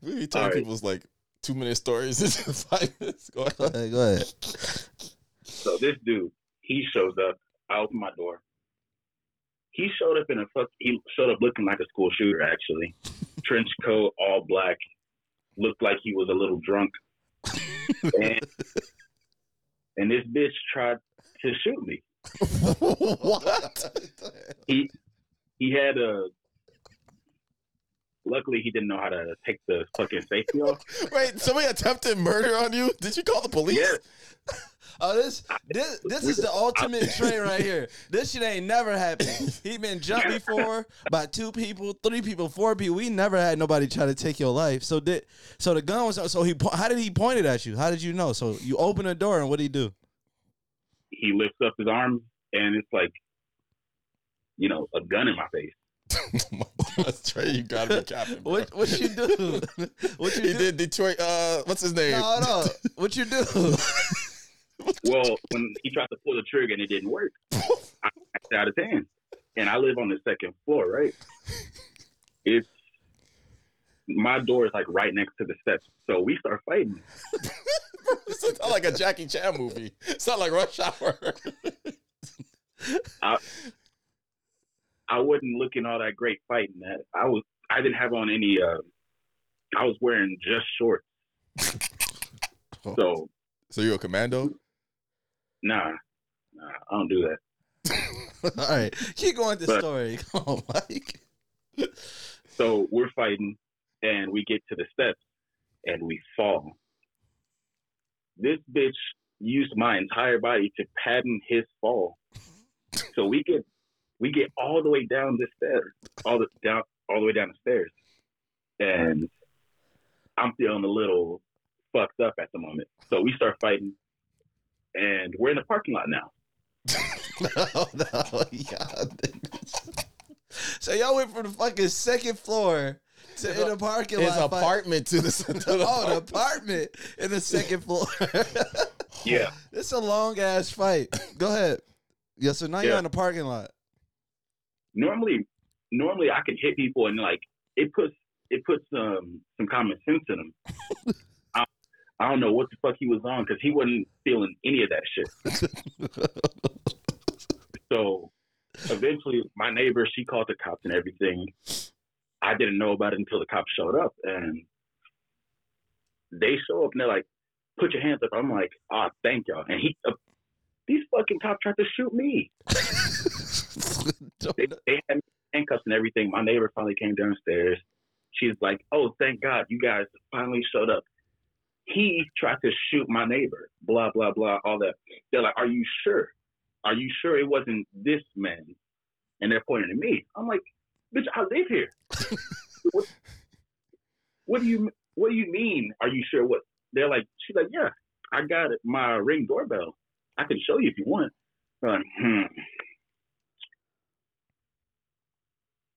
S3: we be telling
S7: All right.
S3: people's like two minute stories. It's five minutes going
S2: Go
S3: on.
S2: ahead, go ahead.
S7: So this dude, he shows up. I open my door. He showed up in a fuck. He showed up looking like a school shooter, actually. Trench coat, all black. Looked like he was a little drunk. and, and this bitch tried to shoot me.
S3: what?
S7: He he had a. Luckily, he didn't know how to take the fucking safety off.
S3: Wait, somebody attempted murder on you? Did you call the police?
S7: Yes.
S2: Oh, this this this is the ultimate trait right here. This shit ain't never happened. He been jumped before by two people, three people, four people. We never had nobody try to take your life. So did so the gun was so he po- how did he point it at you? How did you know? So you open the door and what did he do?
S7: He lifts up his arm and it's like, you know, a gun in my face.
S3: oh my God, Trey, you gotta be capping. bro.
S2: What what you do? What you
S3: he
S2: do?
S3: did Detroit. Uh, what's his name?
S2: No, hold up. What you do?
S7: Well, when he tried to pull the trigger and it didn't work, I knocked out his hand. And I live on the second floor, right? It's my door is like right next to the steps, so we start fighting.
S3: It's not like a Jackie Chan movie. It's not like Rush Hour.
S7: I wasn't looking all that great fighting that. I was I didn't have on any uh I was wearing just shorts. So
S3: so you're a commando?
S7: nah, nah, I don't do that.
S2: All right, keep going with the
S7: But-
S2: story. Come
S3: Oh,
S2: on, Mike.
S7: So we're fighting, and we get to the steps, and we fall. This bitch used my entire body to pattern his fall. So we get we get all the way down the stairs, all the down all the way down the stairs, and I'm feeling a little fucked up at the moment. So we start fighting, and we're in the parking lot now.
S2: Oh no, yeah. So y'all went from the fucking second floor to in the parking
S3: His
S2: lot. fight-
S3: apartment to the, to the
S2: Oh, an apartment in the second floor.
S7: Yeah,
S2: it's a long ass fight. Go ahead. Yeah, so now you're
S7: Yeah.
S2: in the parking lot.
S7: normally normally I can hit people and like it puts it puts um, some common sense in them. I, I don't know what the fuck he was on because he wasn't feeling any of that shit. so eventually, my neighbor she called the cops and everything. I didn't know about it until the cops showed up and they show up and they're like, "Put your hands up." I'm like, "Ah, thank y'all." And he. Uh, these fucking cops tried to shoot me. They, they had me handcuffs and everything. My neighbor finally came downstairs. She's like, "Oh, thank God, you guys finally showed up." He tried to shoot my neighbor. Blah blah blah. All that. They're like, "Are you sure? Are you sure it wasn't this man?" And they're pointing at me. I'm like, "Bitch, I live here. what, what do you What do you mean? Are you sure? What?" They're like, "She's like, yeah, I got it. my ring doorbell. I can show you if you want." I'm like, hmm.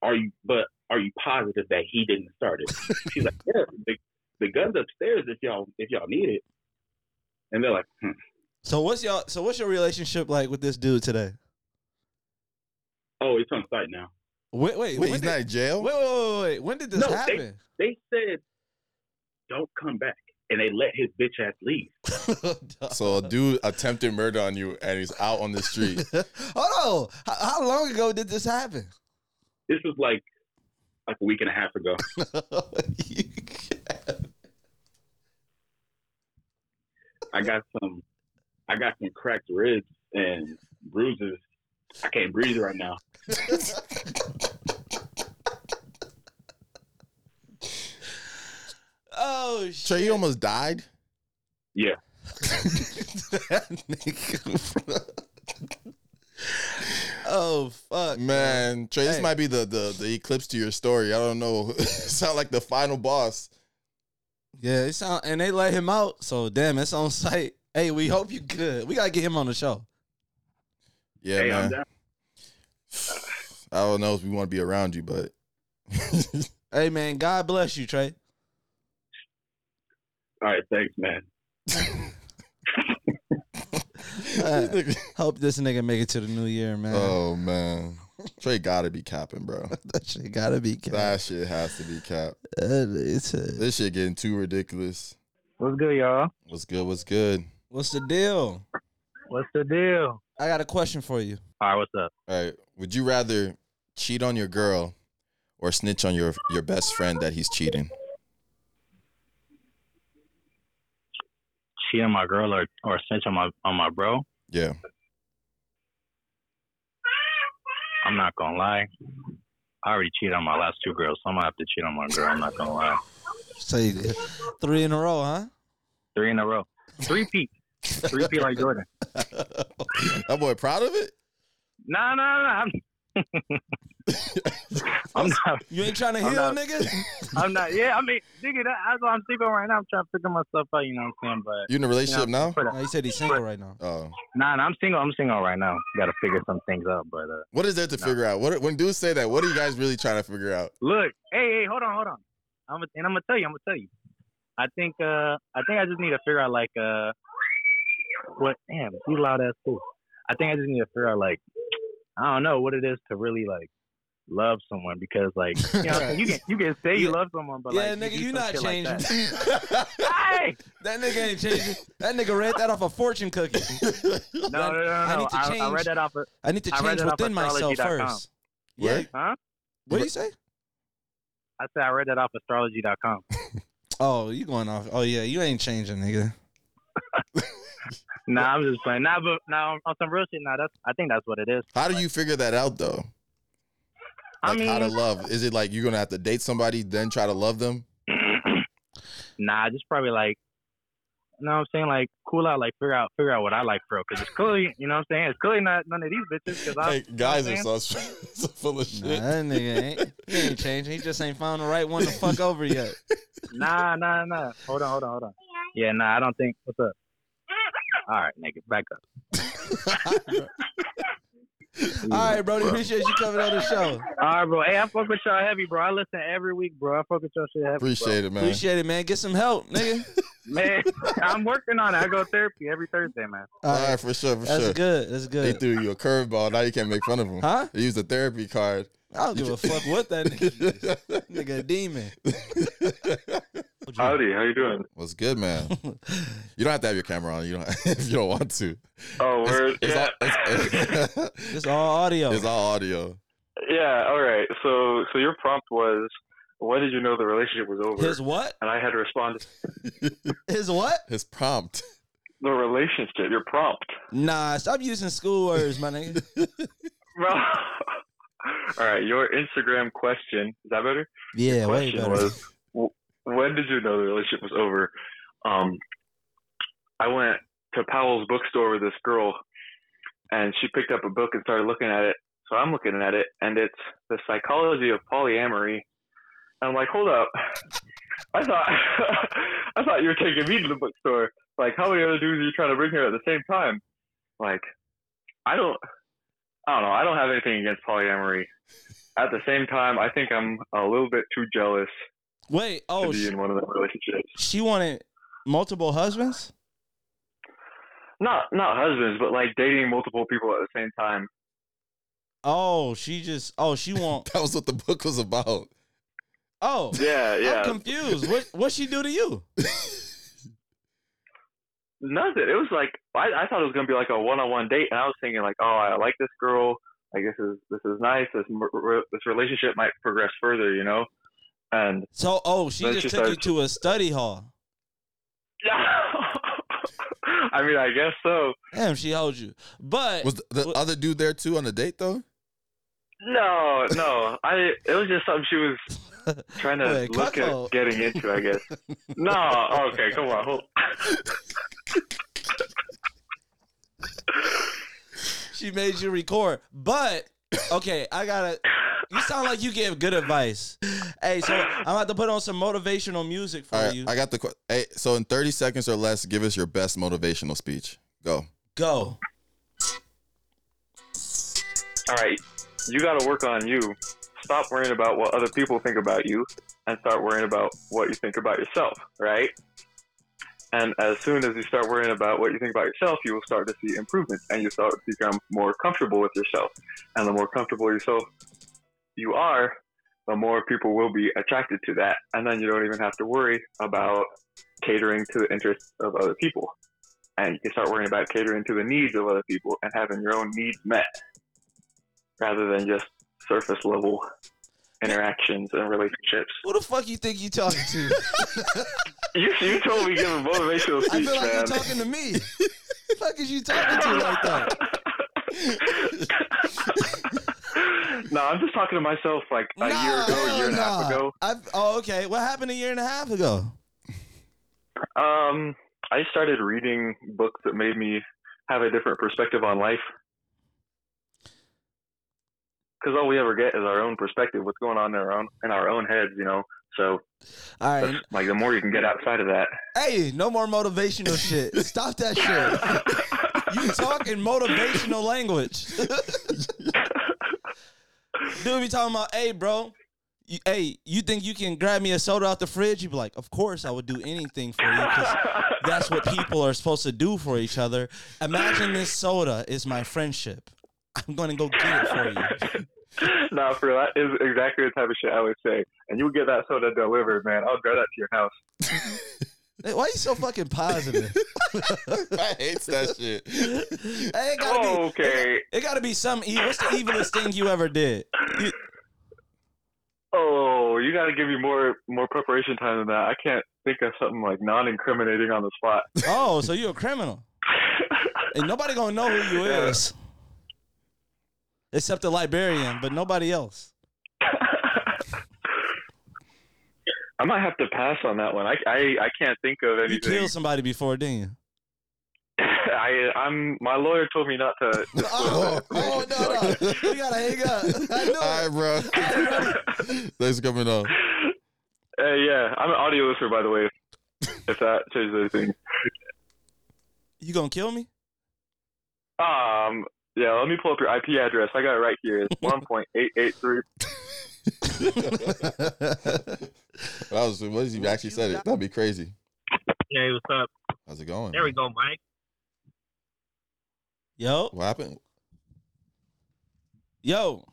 S7: are you but are you positive that he didn't start it? She's like, Yeah, the, the gun's upstairs if y'all if y'all need it. And they're like, hmm.
S2: So what's y'all? So what's your relationship like with this dude today?
S7: Oh, it's on site now.
S2: Wait, wait,
S3: Wait,
S2: when
S3: he's
S2: did,
S3: not in jail.
S2: wait, wait, wait, wait. When did this
S7: No, they-
S2: happen?
S7: They said don't come back. And they let his bitch ass leave.
S3: So a dude attempted murder on you, and he's out on the street.
S2: Hold on. How, how long ago did this happen?
S7: This was like like a week and a half ago. I got some I got some cracked ribs and bruises. I can't breathe right now.
S2: oh shit!
S3: Trey, you almost died.
S7: Yeah.
S2: That nigga. oh fuck,
S3: Man, Trey, this
S2: Hey.
S3: might be the, the the eclipse to your story. I don't know. Sound like the final boss.
S2: Yeah, it sound and they let him out. So damn, it's on site. Hey, we hope you good. We gotta get him on the show.
S3: Yeah,
S7: hey,
S3: man.
S7: I'm down.
S3: I don't know if we want to be around you, but
S2: Hey man, God bless you, Trey.
S7: All right, thanks, man.
S3: Ah,
S2: Uh, hope this nigga make it to the new year, man.
S3: oh man, Trey gotta be capping, bro.
S2: That shit gotta be.
S3: That shit has to be capped.
S2: It's a-
S3: This shit getting too ridiculous.
S1: What's good, y'all?
S3: What's good? What's good?
S2: What's the deal?
S1: What's the deal?
S2: I got a question for you.
S1: All right, what's up?
S3: All right. Would you rather cheat on your girl or snitch on your your best friend that he's cheating?
S1: She and my girl or or snitch on my on my bro.
S3: Yeah.
S1: I'm not gonna lie. I already cheated on my last two girls, so I'm gonna have to cheat on my girl. I'm not gonna lie.
S2: Say three in a row, huh?
S1: Three in a row. Three peat. Three peat like Jordan.
S3: that boy proud of it?
S1: No, no, no. I'm, I'm not.
S2: You ain't trying to
S1: I'm
S2: heal,
S1: not-
S2: nigga.
S1: I'm not. Yeah, I mean, nigga, that, that's what I'm thinking right now. I'm trying to figure myself out. You know what I'm saying? But
S3: You in a relationship
S1: Yeah.
S3: now?
S2: No, he said he's single right now.
S3: Oh.
S1: Nah, nah, I'm single. I'm single right now. Got to figure some things out. But uh,
S3: What is there to
S1: No.
S3: figure out? What when dudes say that, what are you guys really trying to figure out?
S1: look, hey, hey, hold on, hold on. I'm gonna- and I'm gonna tell you. I'm gonna tell you. I think uh, I think I just need to figure out like uh, what? Damn, you loud ass fool. I think I just need to figure out like I don't know what it is to really like love someone because like you know you can you can say you
S2: Yeah.
S1: love someone but
S2: yeah,
S1: like
S2: nigga,
S1: do
S2: you
S1: some
S2: not
S1: shit
S2: changing.
S1: like that.
S3: no,
S1: Hey!
S2: that nigga ain't changing. That nigga read that off a fortune cookie.
S1: No, no, no, no.
S2: I need to
S1: I, I
S2: change-
S1: read that off of
S2: I need to
S1: I read
S2: change
S1: it off
S2: within myself
S1: astrology.com.
S2: first.
S3: Where?
S2: Yeah.
S1: huh?
S2: What do you say?
S1: I said I read that off astrology.com.
S2: Oh, you going off? Oh yeah, you ain't changing, nigga.
S1: Nah, I'm just playing. Nah, but nah, on some real shit. Nah, that's I think that's what it is.
S3: How do you figure that out though? Like
S1: I mean,
S3: how to love? Is it like you're gonna have to date somebody, then try to love them?
S1: nah, just probably like, you know what I'm saying? Like, cool out, like, figure out, figure out what I like, bro. Because it's clearly, you know what I'm saying? It's clearly not none of these bitches. Because I,
S3: Hey, guys are
S1: man.
S3: so, so full of
S2: Nah,
S3: shit.
S2: that nigga ain't. He ain't changing. He just ain't found the right one to fuck over yet.
S1: nah, nah, nah. Hold on, hold on, hold on. Yeah, nah, I don't think. What's up? All right, nigga, back up.
S2: All right, Brody, appreciate you coming on the show.
S1: All right, bro. Hey, I fuck with y'all heavy, bro. I listen every week, bro. I fuck with y'all shit heavy. bro.
S3: Appreciate it, man.
S2: Appreciate it, man. Get some help, nigga.
S1: man. I'm working on it. I go therapy every Thursday, man.
S2: All
S3: All right,
S2: right,
S3: for sure, for
S2: that's
S3: sure.
S2: good. That's
S3: They
S2: good.
S3: threw you a curveball. Now you can't make fun of them.
S2: Huh?
S3: They used a therapy card.
S2: I don't give a fuck what that nigga. is. nigga, a demon.
S8: Howdy, how you doing?
S3: What's good, man? You don't have to have your camera on. You don't if you don't want to.
S8: Oh,
S3: It's,
S8: word.
S3: it's
S8: yeah.
S3: all, it's,
S2: It's all audio.
S3: it's all audio.
S8: yeah. All right. So, so your prompt was, when did you know the relationship was over?
S2: His what?
S8: and I had to respond,
S2: His what?
S3: His prompt.
S8: the relationship. Your prompt,
S2: Nah, stop using school words, my nigga.
S8: bro. all right. Your Instagram question. Is that better?
S2: Yeah, way
S8: question
S2: better.
S8: was- when did you know the relationship was over? Um, I went to Powell's bookstore with this girl, and she picked up a book and started looking at it. So I'm looking at it, and it's the psychology of polyamory. And I'm like, hold up, I thought I thought you were taking me to the bookstore. Like, how many other dudes are you trying to bring here at the same time? Like, I don't, I don't know. I don't have anything against polyamory. At the same time, I think I'm a little bit too jealous
S2: Wait,
S8: to
S2: oh,
S8: be
S2: sh-
S8: in one of them relationships.
S2: she wanted multiple husbands?
S8: Not not husbands, but like dating multiple people at the same time.
S2: Oh, she just. Oh, she want.
S3: That was what the book was about.
S2: Oh,
S8: Yeah, yeah.
S2: I'm confused. What what she do to you?
S8: Nothing. It was like I, I thought it was gonna be like a one-on-one date, and I was thinking like, oh, I like this girl. Like this is this is nice. This mer- re- this relationship might progress further, you know. And
S2: So, oh, she
S8: Then
S2: just
S8: she
S2: took you
S8: starts-
S2: to a study hall.
S8: I mean, I guess so.
S2: Damn, she held you. But
S3: Was the, the
S2: What-
S3: other dude there too on the date though?
S8: No, no. I it was just something she was trying to
S2: Wait,
S8: look
S2: cuckold.
S8: at getting into. I guess. No. Okay. Come on. Hold.
S2: she made you record. But okay, I gotta. You sound like you give good advice. Hey, so I'm about to put on some motivational music for
S3: All right,
S2: Oh, you.
S3: I got the. que- Hey, so in thirty seconds or less, give us your best motivational speech. Go.
S2: Go.
S8: all right, you got to work on you. Stop worrying about what other people think about you and start worrying about what you think about yourself, right? And as soon as you start worrying about what you think about yourself, you will start to see improvements and you start to become more comfortable with yourself. And the more comfortable yourself you are, the more people will be attracted to that. And then you don't even have to worry about catering to the interests of other people. And you can start worrying about catering to the needs of other people and having your own needs met rather than just surface level interactions and relationships.
S2: Who the fuck you think you talking to?
S8: You, you told me give a motivational
S2: I
S8: speech,
S2: feel like
S8: man.
S2: you talking to me. fuck is you talking to like that?
S8: no, I'm just talking to myself like a year ago, a year and a half ago.
S2: i oh, okay. What happened a year and a half ago?
S8: Um, I started reading books that made me have a different perspective on life. Because all we ever get is our own perspective, what's going on in our own in our own heads, you know. So
S2: All right.
S8: that's- like the more you can get outside of that,
S2: Hey, no more motivational shit. Stop that shit. You talking motivational language. Dude be talking about, hey, bro, you, hey, you think you can grab me a soda out the fridge? You be like, of course I would do anything for you 'cause that's what people are supposed to do for each other. Imagine this soda is my friendship. I'm going to go get it for you.
S8: no, for real, that is exactly the type of shit I would say. And you get that soda delivered, man. I'll drive that to your house.
S2: Hey, Why you so fucking positive?
S3: I hates that shit.
S2: Hey, it gotta be,
S8: Okay.
S2: it gotta be some evil. What's the evilest thing you ever did?
S8: Oh, you got to give me more more preparation time than that. I can't think of something like non-incriminating on the spot.
S2: Oh, so you're a criminal. and nobody gonna know who you is. Except the Liberian, but nobody else.
S8: I might have to pass on that one. I, I, I can't think of
S2: You
S8: anything.
S2: killed somebody before, didn't you?
S8: I I'm my lawyer told me not to.
S2: Oh, oh, no, no. We gotta hang up. I knew
S3: All right,
S2: it.
S3: bro. Thanks for coming on.
S8: Uh, yeah, I'm an audio listener, by the way. If that changes anything.
S2: You gonna kill me?
S8: Um, yeah, let me pull up your IP address. I got it right here. It's 1.883.
S3: that was what is he actually said it. That'd be crazy.
S9: Hey, what's up?
S3: How's it going?
S9: There we go, Mike.
S2: Yo,
S3: What happened?
S2: yo.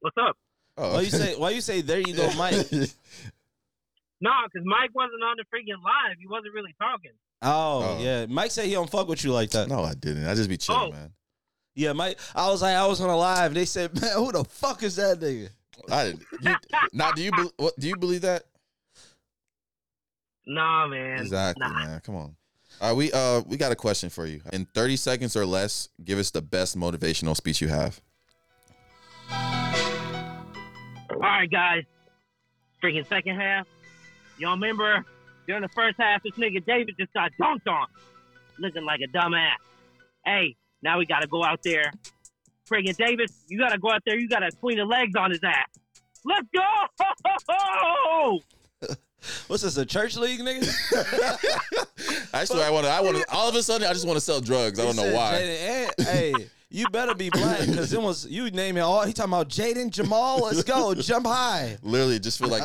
S9: What's up?
S3: Oh,
S2: Why you say? Why you say? There you go, Mike.
S9: No, because Mike wasn't on the freaking live. He wasn't really talking.
S2: Oh
S3: Oh.
S2: yeah, Mike said he don't fuck with you like that.
S3: no, I didn't. I just be chilling,
S9: Oh.
S3: man.
S2: Yeah, Mike. I was like, I was on a live. They said, man, who the fuck is that nigga?
S3: I didn't. You, now, do you be, what? Do you believe that?
S9: Nah, man.
S3: Exactly,
S9: Nah.
S3: man. Come on. All right, we uh we got a question for you. In 30 seconds or less, give us the best motivational speech you have.
S9: All right, guys. Freaking second half. Y'all remember during the first half, this nigga David just got dunked on, looking like a dumbass. Hey, now we gotta go out there. Friggin' Davis, you gotta go out there. You gotta swing the legs on his ass. Let's go!
S2: What's this? A church league, nigga?
S3: Actually, I want to. I want to. All of a sudden, I just want to sell drugs. I
S2: He
S3: don't know
S2: said
S3: why.
S2: Jaden Ant. hey, you better be black because it was you name it all. He talking about Jaden Jamal. Let's go, jump high
S3: Literally, just feel like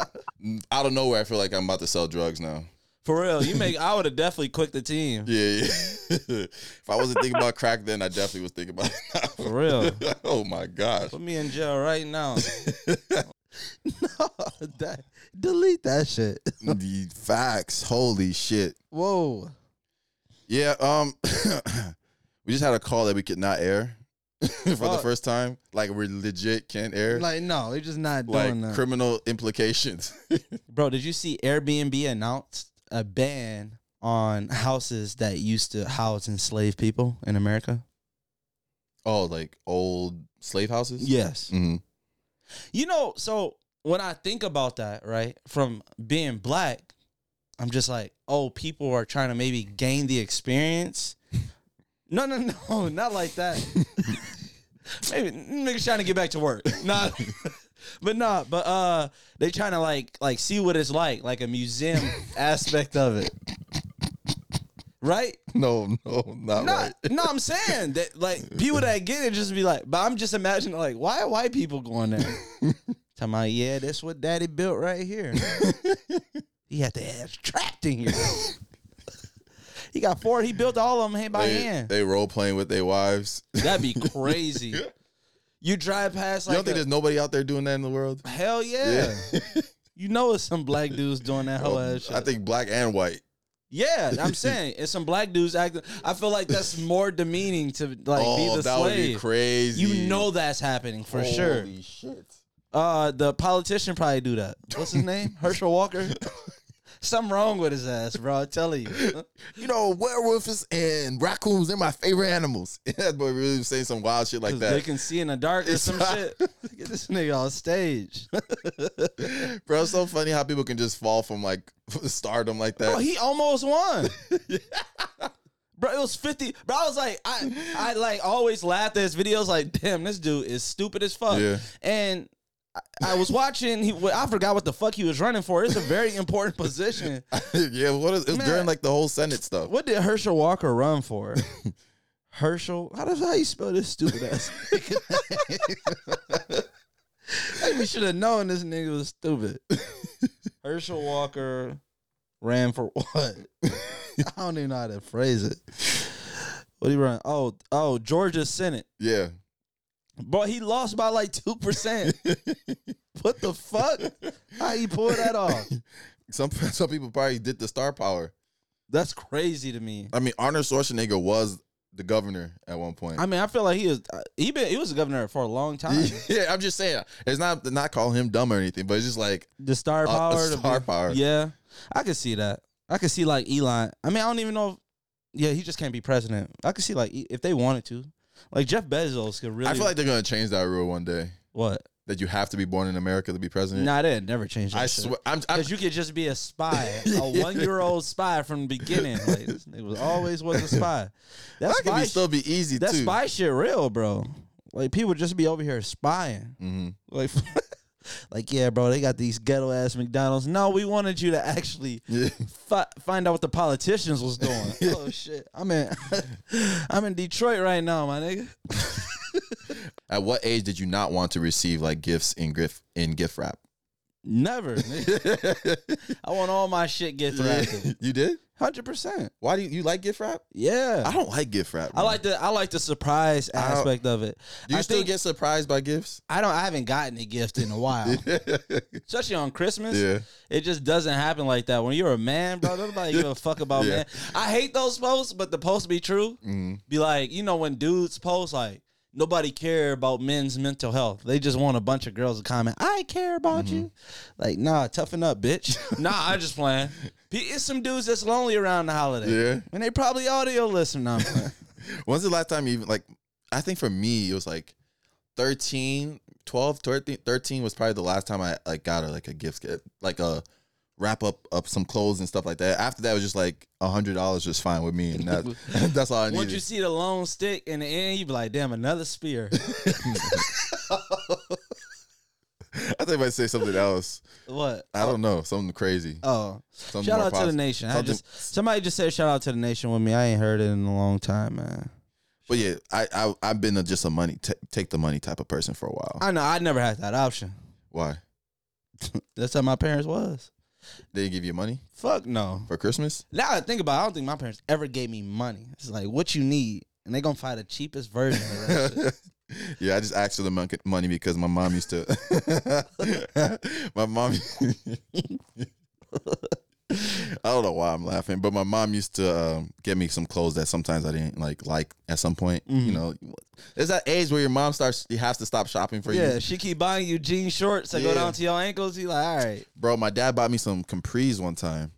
S3: out of nowhere, I feel like I'm about to sell drugs now.
S2: for real. You make I would have definitely quit the team
S3: Yeah, yeah. if I wasn't thinking about crack then, I definitely was thinking about it
S2: for real.
S3: now. oh my gosh.
S2: Put me in jail right now. no, that, delete that shit.
S3: The facts. Holy shit.
S2: Whoa.
S3: Yeah. Um, we just had a call that we could not air for the
S2: Fuck.
S3: first time. Like we legit can't air. Like,
S2: Like no, they're just not doing that.
S3: criminal implications.
S2: Bro, did you see Airbnb announced a ban on houses that used to house enslaved people in America?
S3: oh, like old slave houses.
S2: Yes.
S3: hmm
S2: You know, so when I think about that, right, from being black, I'm just like, oh, people are trying to maybe gain the experience. No, no, no, not like that. maybe niggas trying to get back to work. Nah. But nah, but uh they trying to like like see what it's like, like a museum aspect of it. Right?
S3: No, no, not
S2: No,
S3: right.
S2: no, I'm saying that like people that get it just be like, but I'm just imagining like why are white people going there? Talking about, yeah, that's what daddy built right here. he had to have trapped in here. he got four, he built all of them hand by
S3: They,
S2: hand.
S3: they role playing with their wives.
S2: That'd be crazy. you drive past
S3: you
S2: like
S3: don't think
S2: a-
S3: there's nobody out there doing that in the world?
S2: hell yeah. you know it's some black dudes doing that whole
S3: Well,
S2: ass shit.
S3: I think black and white.
S2: yeah, I'm saying it's some black dudes acting. I feel like that's more demeaning to like be
S3: oh,
S2: the
S3: that would be
S2: slave.
S3: crazy.
S2: You know that's happening for sure.
S3: Holy shit.
S2: Uh, the politician probably do that. What's his name? Herschel Walker. Something wrong with his ass, bro. I'm telling you.
S3: You know, werewolves and raccoons, they're my favorite animals. that boy really was saying some wild shit like
S2: They
S3: that.
S2: can see in the dark or
S3: It's
S2: some
S3: not-
S2: shit. Get this nigga on stage.
S3: Bro, it's so funny how
S2: Oh,
S3: people can just fall from like stardom like that.
S2: Bro, he almost won. Bro, it was 50. Bro, I was like, I, I like always laughed at his videos. Like, damn, this dude is stupid as fuck.
S3: Yeah.
S2: And I, I was watching. He, I forgot what the fuck he was running for. It's a very important position.
S3: yeah, what is it's
S2: Man.
S3: during like the whole Senate stuff.
S2: What did Herschel Walker run for? Herschel, how does how you spell this stupid ass? like we should have known this nigga was stupid. Herschel Walker ran for what? I don't even know how to phrase it. What he run? Oh, oh, Georgia Senate.
S3: Yeah.
S2: But he lost by like two percent. what the fuck? How you pull that off?
S3: Some some people probably did the star power.
S2: That's crazy to me.
S3: I mean, Arnold Schwarzenegger was the governor at one point.
S2: I mean, I feel like he was uh, he been he was a governor for a long time.
S3: yeah, I'm just saying. It's not not calling him dumb or anything, but it's just like
S2: The star
S3: Uh,
S2: power. to
S3: star
S2: be-
S3: power.
S2: Yeah, I could see that. I could see like Elon. I mean, I don't even know. If, yeah, he just can't be president. I could see like E- if they wanted to, like Jeff Bezos could really.
S3: I feel like they're gonna change that rule one day
S2: what?
S3: that you have to be born in America to be president.
S2: Nah, they never change. That
S3: I swear. I'm, I'm
S2: Because you could just be a spy, a one-year-old spy from the beginning. Like this nigga was always was a spy. That
S3: that could
S2: spy,
S3: be,
S2: sh-
S3: still be easy
S2: that
S3: too.
S2: spy shit real, bro. Like people just be over here spying.
S3: hmm
S2: Like, like yeah, bro. They got these ghetto ass McDonald's. No, we wanted you to actually
S3: Yeah.
S2: fi- find out what the politicians was doing. oh shit! I'm in, I'm in Detroit right now, my nigga.
S3: At what age did you not want to receive like gifts in gift in gift wrap?
S2: Never. nigga. I want all my shit get through.
S3: you did?
S2: Hundred percent.
S3: Why do you, you like gift wrap? I
S2: Yeah.
S3: don't like gift wrap.
S2: I
S3: man.
S2: like the I like the surprise
S3: I don't-
S2: aspect of it.
S3: Do you
S2: I
S3: still
S2: think-
S3: get surprised by gifts?
S2: I don't I haven't gotten a gift in a while. Especially on Christmas.
S3: yeah.
S2: It just doesn't happen like that. When you're a man, bro, nobody give a fuck about
S3: Yeah.
S2: man. I hate those posts, but the posts be true.
S3: Mhm.
S2: Be like, you know, when dudes post like nobody care about men's mental health. They just want a bunch of girls to comment, I care about you.
S3: Mm-hmm.
S2: Like, nah, toughen up, bitch. nah, I just playing. P- It's some dudes that's lonely around the holiday.
S3: Yeah.
S2: And they probably audio listen now. I'm playing.
S3: When's the last time you even like I think for me it was like 13, 12, 13, 13 was probably the last time I like got a like a gift get like a wrap up up some clothes and stuff like that. After that it was just like a hundred dollars just fine with me and that, that's all I
S2: Once you
S3: needed.
S2: see the long stick in the end, you be like, damn, another spear.
S3: I think I might say something else.
S2: what?
S3: I don't know. Something crazy.
S2: Oh.
S3: Something
S2: shout
S3: more
S2: out to
S3: positive.
S2: the nation. I
S3: Something-
S2: just somebody just said shout out to the nation with me. I ain't heard it in a long time, man.
S3: But yeah, I, I I've been a, just a money t- take the money type of person for a while.
S2: I know I never had that option.
S3: Why?
S2: That's how my parents was.
S3: They give you money
S2: Fuck no.
S3: for Christmas?
S2: Now that I think about it, I don't think my parents ever gave me money. It's like what you need, and they gonna find the cheapest version of that shit.
S3: yeah, I just asked for the mon- money because my mom used to. my mom. I don't know why I'm laughing, but my mom used to um, get me some clothes that sometimes I didn't like. Like at some point, you
S2: Mhm.
S3: know, there's that age where your mom starts. You have to stop shopping for
S2: Yeah,
S3: you,
S2: she keep buying you jean shorts that
S3: Yeah.
S2: go down to your ankles. You like, all right,
S3: bro. My dad bought me some capris one time.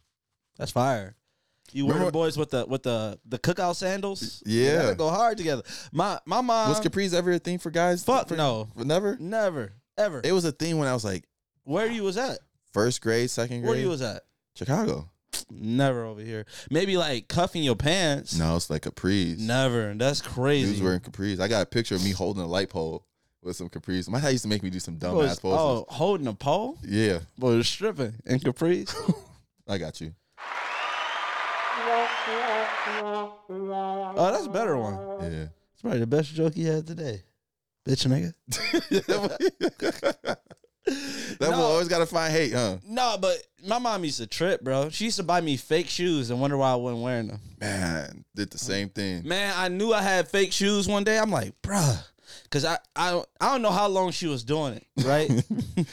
S2: that's fire. You wear the
S3: Remember-
S2: boys with the with the the cookout sandals. They
S3: Yeah.
S2: gotta go hard together. My my mom.
S3: Was capris ever a thing for guys?
S2: Uh, fuck
S3: For-
S2: no,
S3: for never.
S2: never ever.
S3: It was a thing when I was like
S2: Where you was at?
S3: first grade, second grade.
S2: Where you was at?
S3: Chicago.
S2: Never over here. Maybe like cuffing your pants.
S3: No, it's like capris.
S2: Never. That's
S3: He
S2: crazy.
S3: was wearing capris. I got a picture of me holding a light pole with some capris. My dad used to make me do some dumb
S2: Was-
S3: ass poses.
S2: oh, holding a pole?
S3: Yeah,
S2: Boy, was stripping in capris.
S3: I got you.
S2: oh, that's a better one.
S3: Yeah.
S2: It's probably the best joke he had today. Bitch nigga.
S3: that boy
S2: No.
S3: always gotta find hate, huh?
S2: No, but my mom used to trip, bro. She used to buy me fake shoes and wonder why I wasn't wearing them.
S3: Man, did the same thing.
S2: Man, I knew I had fake shoes one day. I'm like, bruh. Cause I, I I don't know how long she was doing it, right?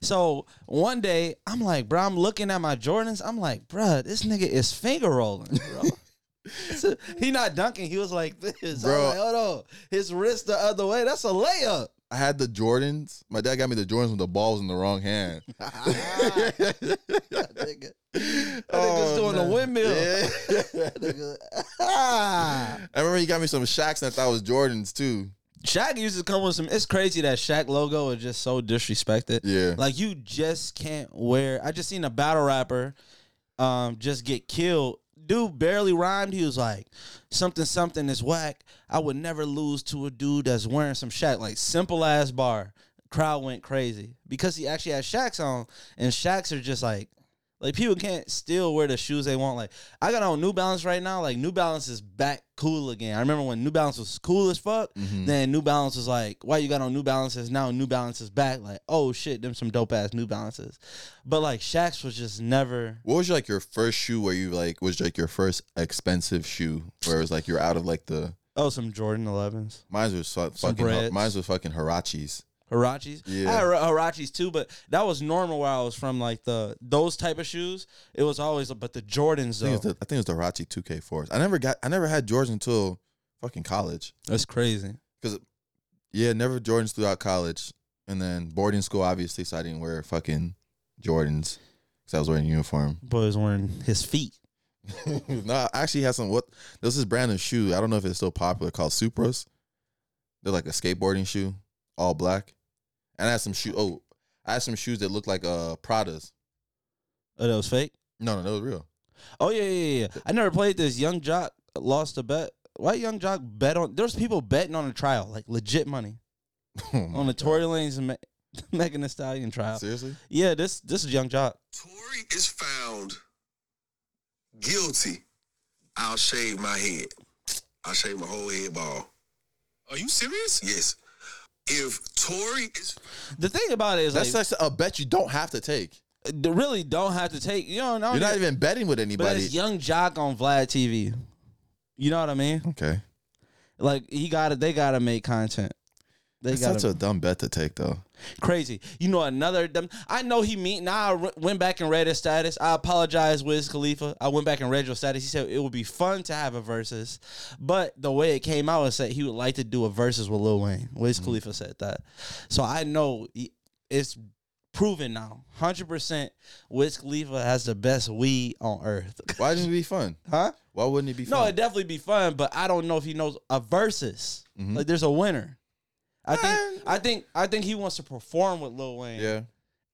S2: so one day I'm like, bro, I'm looking at my Jordans. I'm like, bruh, this nigga is finger rolling, bro. So, he not dunking. He was like this. Bro.
S3: Bro.
S2: I'm like, hold on. His wrist the other way. That's a layup.
S3: I had the Jordans. My dad got me the Jordans with the balls in the wrong hand.
S2: Ah. that nigga. That
S3: Oh,
S2: nigga's doing a windmill. That nigga- Ah.
S3: I remember he got me some Shaqs and I thought it was Jordans too.
S2: Shaq used to come with some. It's crazy that Shaq logo is just so disrespected.
S3: Yeah.
S2: Like you just can't wear. I just seen a battle rapper, um, just get killed dude barely rhymed. He was like, something something is whack. I would never lose to a dude that's wearing some Shaq. Like simple ass bar. Crowd went crazy because he actually had Shaqs on, and Shaqs are just like, like people can't still wear the shoes they want. Like I got on New Balance right now. Like New Balance is back cool again. I remember when New Balance was cool as fuck.
S3: Mhm.
S2: Then New Balance was like, why you got on New Balances now? New Balances back, like, oh shit, them some dope ass New Balances. But like Shaq's was just never.
S3: What was like your first shoe where you like was like your first expensive shoe where it was like you're out of like the
S2: Oh, some Jordan Elevens,
S3: mine was fu-
S2: Some
S3: fucking
S2: breads.
S3: mine was fucking Hirachis.
S2: Hirachis.
S3: Yeah.
S2: I had Hir- Hirachis too, but that was normal where I was from. Like the those type of shoes, it was always. But the Jordans
S3: I think, it
S2: though,
S3: was the, I think it was the Hirachi 2K4s. I never got I never had Jordans until fucking college.
S2: that's crazy.
S3: Yeah, never Jordans throughout college, and then boarding school obviously, so I didn't wear fucking Jordans because I was wearing a uniform.
S2: Boy was wearing his feet.
S3: no, I actually had some. What there's this brand of shoe. I don't know if it's still popular called Supras. They're like a skateboarding shoe, all black. And I had some shoe. Oh, I had some shoes that looked like uh Pradas.
S2: Oh, that was fake.
S3: No, no, that was real.
S2: Oh yeah, yeah, yeah. yeah. I never played this. Young Jock lost a bet. Why Young Jock bet on? There's people betting on a trial, like legit money.
S3: Oh my
S2: on the
S3: God.
S2: Tory Lanez and Me- Megan Thee Stallion trial.
S3: Seriously?
S2: Yeah, this this is Young Jock.
S10: Tory is found guilty, I'll shave my head. I'll shave my whole head ball. Are you serious? Yes. If Tory is
S2: The thing about it is,
S3: That's
S2: like,
S3: such a bet you don't have to take.
S2: they really don't have to take. You know,
S3: You're not
S2: even,
S3: even betting with
S2: Oh, but
S3: anybody.
S2: it's Young Jock on Vlad TV. You know what I mean?
S3: Okay.
S2: Like he got it. They gotta make content. They
S3: That's
S2: got
S3: such a dumb bet to take though.
S2: crazy. You know another. Them, I know he mean. Now I re- went back and read his status. I apologize, Wiz Khalifa. I went back and read your status. He said it would be fun to have a versus, but the way it came out is that he would like to do a versus with Lil Wayne. Wiz
S3: Mm-hmm.
S2: Khalifa said that. So I know he- it's proven now, hundred percent. Wiz Khalifa has the best weed on earth,
S3: Why didn't it be fun?
S2: huh?
S3: Why wouldn't it be fun?
S2: No, it'd definitely be fun, but I don't know if he knows a versus.
S3: Mhm.
S2: Like there's a winner. I think I think I think he wants to perform with Lil Wayne.
S3: yeah.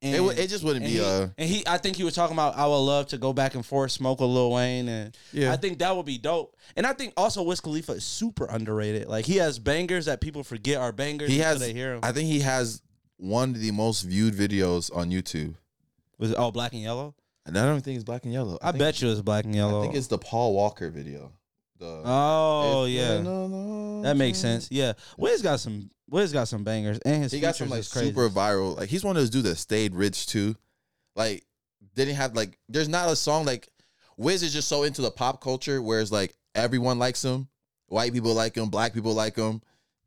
S2: And,
S3: It, would- it just wouldn't
S2: and
S3: be
S2: he,
S3: uh
S2: and he I think he was talking about I would love to go back and forth, smoke with Lil Wayne and
S3: yeah.
S2: I think that would be dope. And I think also Wiz Khalifa is super underrated. Like he has bangers that people forget are bangers
S3: He
S2: until
S3: has-
S2: they hear him.
S3: I think he has one of the most viewed videos on YouTube.
S2: was it all black and yellow?
S3: And I don't think it's black and yellow.
S2: I,
S3: think-
S2: bet you it's black and
S3: I
S2: yellow.
S3: think it's the Paul Walker video. The
S2: Oh
S3: It's
S2: yeah.
S3: been a long
S2: That makes
S3: time.
S2: sense. Yeah. Wiz got some Wiz got some bangers and his
S3: He got some
S2: features
S3: like
S2: is crazy.
S3: super viral. Like he's one of those dudes that stayed rich too. Like didn't have like there's not a song like Wiz is just so into the pop culture whereas like everyone likes him. White people like him, black people like him,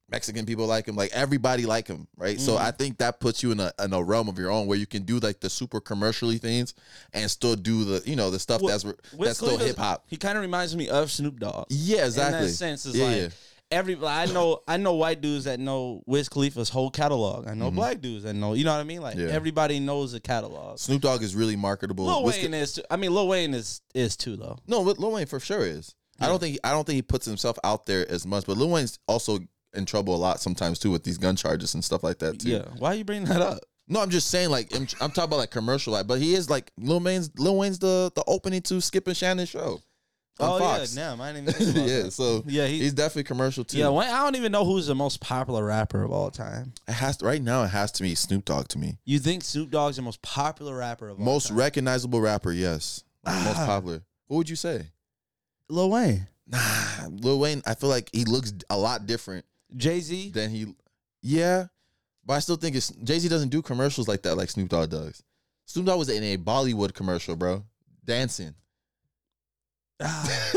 S3: Mexican people like him, like everybody like him, right? So
S2: Mhm.
S3: I think that puts you in a in a realm of your own where you can do like the super commercially things and still do the you know the stuff
S2: Well,
S3: that's re-
S2: Wiz
S3: that's still
S2: Khalifa's-
S3: hip hop.
S2: He kind of reminds me of Snoop Dogg.
S3: Yeah,
S2: In
S3: exactly.
S2: that sense, is
S3: Yeah,
S2: like
S3: yeah.
S2: every. like, I know, I know white dudes that know Wiz Khalifa's whole catalog. I know
S3: Mhm.
S2: black dudes that know. You know what I mean? Like
S3: Yeah.
S2: everybody knows the catalog.
S3: Snoop Dogg is really marketable.
S2: Lil
S3: Wiz-
S2: Wayne is. Too, I mean, Lil Wayne is is too though.
S3: No, but Lil Wayne for sure is. I don't think I don't think he puts himself out there as much. But Lil Wayne's also in trouble a lot sometimes too with these gun charges and stuff like that too.
S2: Yeah. Why you bring that up?
S3: No, I'm just saying like I'm, I'm talking about like commercial like, but he is like Lil Wayne's Lil Wayne's the the opening to Skip and Shannon's show. On
S2: oh
S3: Fox.
S2: yeah, damn. I didn't even. Think about
S3: yeah,
S2: that.
S3: so
S2: Yeah, he-
S3: he's definitely commercial too.
S2: Yeah, Wayne, I don't even know who's the most popular rapper of all time.
S3: it has to, right now it has to be Snoop Dogg to me.
S2: You think Snoop Dogg's the most popular rapper of all
S3: Most
S2: time?
S3: recognizable rapper, yes. Most
S2: Ah.
S3: popular. What would you say?
S2: Lil Wayne,
S3: Nah, Lil Wayne, I feel like he looks a lot different
S2: Jay Z.
S3: then he yeah but i still think it's jay-z doesn't do commercials like that like snoop dogg does snoop dogg was in a bollywood commercial bro dancing
S2: Ah,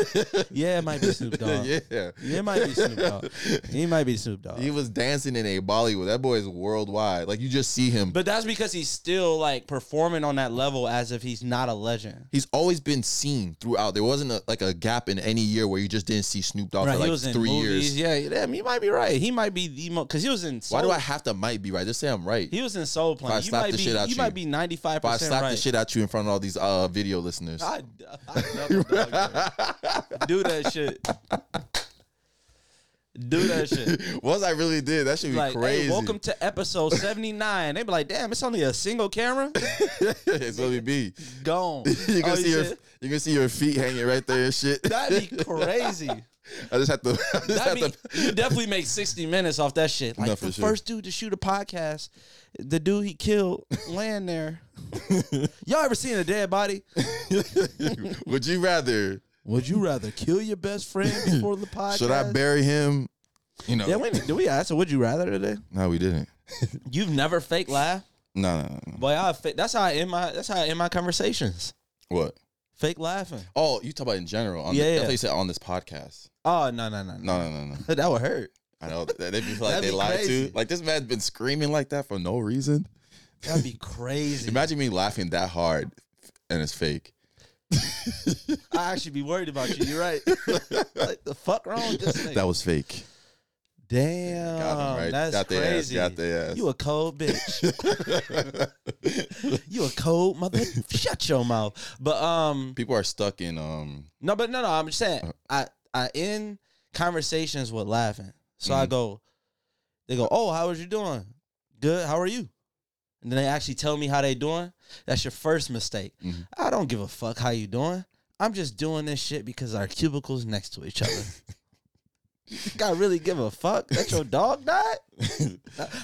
S2: yeah, it might be Snoop Dogg.
S3: yeah
S2: It might be Snoop Dogg. He might be Snoop Dogg.
S3: he was dancing in a bollywood that boy is worldwide like you just see him
S2: But that's because he's still like performing on that level as if he's not a legend.
S3: He's always been seen throughout. There wasn't a, like a gap in any year where you just didn't see Snoop Dogg
S2: Right,
S3: for like
S2: he was in
S3: three
S2: movies.
S3: years.
S2: Yeah, yeah, damn, you might be right. He might be the most because he was in. Soul,
S3: Why do I have to might be right? Just say I'm right.
S2: He was in Soul Plane.
S3: I
S2: you
S3: slap
S2: might
S3: the
S2: be.
S3: shit out
S2: you
S3: you.
S2: might be ninety five
S3: if I
S2: percent
S3: slap
S2: right.
S3: the shit out you in front of all these uh, video listeners.
S2: I, I, I double dog you. do that shit. do that shit.
S3: Once I really did, that should be
S2: Like,
S3: crazy.
S2: hey, welcome to episode 79. They be like, damn, it's only a single camera?
S3: it's gonna be.
S2: Gone.
S3: You can
S2: Oh,
S3: see your
S2: said-
S3: you can see your feet hanging right there and shit.
S2: That'd be crazy.
S3: I just have to. I just have
S2: That'd
S3: to
S2: be, you definitely make 60 minutes off that shit. Like
S3: No, for
S2: the
S3: sure.
S2: first dude to shoot a podcast, the dude he killed laying there. Y'all ever seen a dead body?
S3: Would you rather?
S2: Would you rather kill your best friend before the podcast?
S3: Should I bury him? You know.
S2: Yeah, wait a minute. Do we ask a would you rather today?
S3: No, we didn't.
S2: You've never fake laugh?
S3: No, no, no, no.
S2: Boy, I fa- that's how I end my that's how I end my conversations.
S3: What?
S2: Fake laughing.
S3: Oh, you talk about in general. On
S2: Yeah,
S3: yeah, the, I
S2: yeah.
S3: thought you said on this podcast.
S2: Oh no no no no.
S3: No, no, no, no.
S2: That would hurt.
S3: I know that they feel like
S2: That'd
S3: they
S2: be
S3: lied
S2: crazy.
S3: to. Like this man's been screaming like that for no reason.
S2: That'd be crazy.
S3: Imagine me laughing that hard, and it's fake.
S2: I actually be worried about you. You're right. like the fuck wrong with this nigga?
S3: That was fake.
S2: Damn,
S3: Got 'em right.
S2: Oh, that's
S3: Got their ass.
S2: crazy.
S3: Got their ass.
S2: You a cold bitch. you a cold mother. Shut your mouth. But um,
S3: People are stuck in um.
S2: no, but no, no. I'm just saying. I I end conversations with laughing. So I
S3: Mhm.
S2: go. They go, oh, how was you doing? Good. How are you? And then they actually tell me how they doing. That's your first mistake.
S3: Mhm.
S2: I don't give a fuck how you doing. I'm just doing this shit because our cubicles next to each other. You think I really give a fuck that your dog died?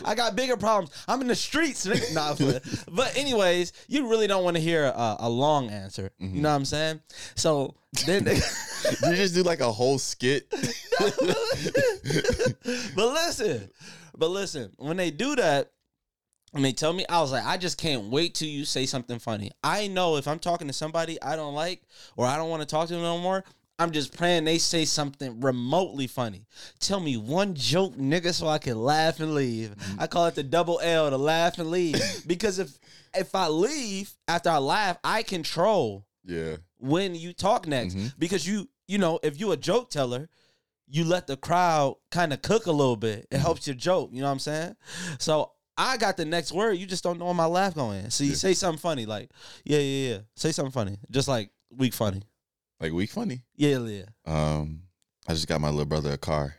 S2: I got bigger problems. I'm in the streets. nigga. Nah, but, but anyways, you really don't want to hear a, a long answer. You know what I'm saying? So then, they,
S3: you just do like a whole skit.
S2: but listen, but listen, when they do that. And they tell me, I was like, I just can't wait till you say something funny. I know if I'm talking to somebody I don't like or I don't want to talk to them no more, I'm just praying they say something remotely funny. Tell me one joke, nigga, so I can laugh and leave. I call it the double L to laugh and leave. because if if I leave after I laugh, I control
S3: yeah.
S2: when you talk next
S3: Mhm.
S2: because you you know if you a joke teller you let the crowd kind of cook a little bit
S3: Mm-hmm.
S2: it helps your joke you know what i'm saying so i got the next word you just don't know where my laugh going so you
S3: Yeah.
S2: say something funny like yeah yeah yeah say something funny just like weak funny
S3: Like weak funny.
S2: yeah yeah
S3: Um, I just got my little brother a car.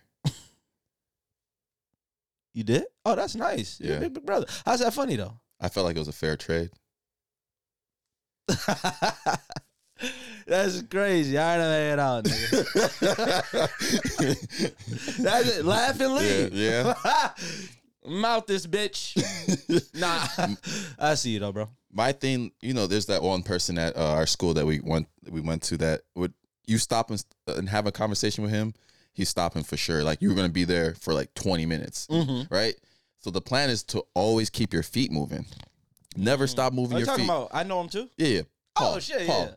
S2: you did oh that's nice yeah
S3: Yeah.
S2: big, big brother how's that funny though
S3: I felt like it was a fair trade.
S2: that's crazy i done laid it out nigga. that's it laugh and leave
S3: Yeah,
S2: mouth this bitch Nah, I see you though, bro.
S3: My thing, you know, there's that one person at uh, our school that we went we went to that would you stop and, and have a conversation with him, he's stopping for sure. Like you were gonna be there for like 20 minutes,
S2: Mm-hmm.
S3: right? So the plan is to always keep your feet moving. Never stop moving
S2: Mm. Are you
S3: your
S2: talking
S3: feet.
S2: about? I know him too.
S3: yeah, yeah. Paul,
S2: oh shit,
S3: Paul.
S2: yeah.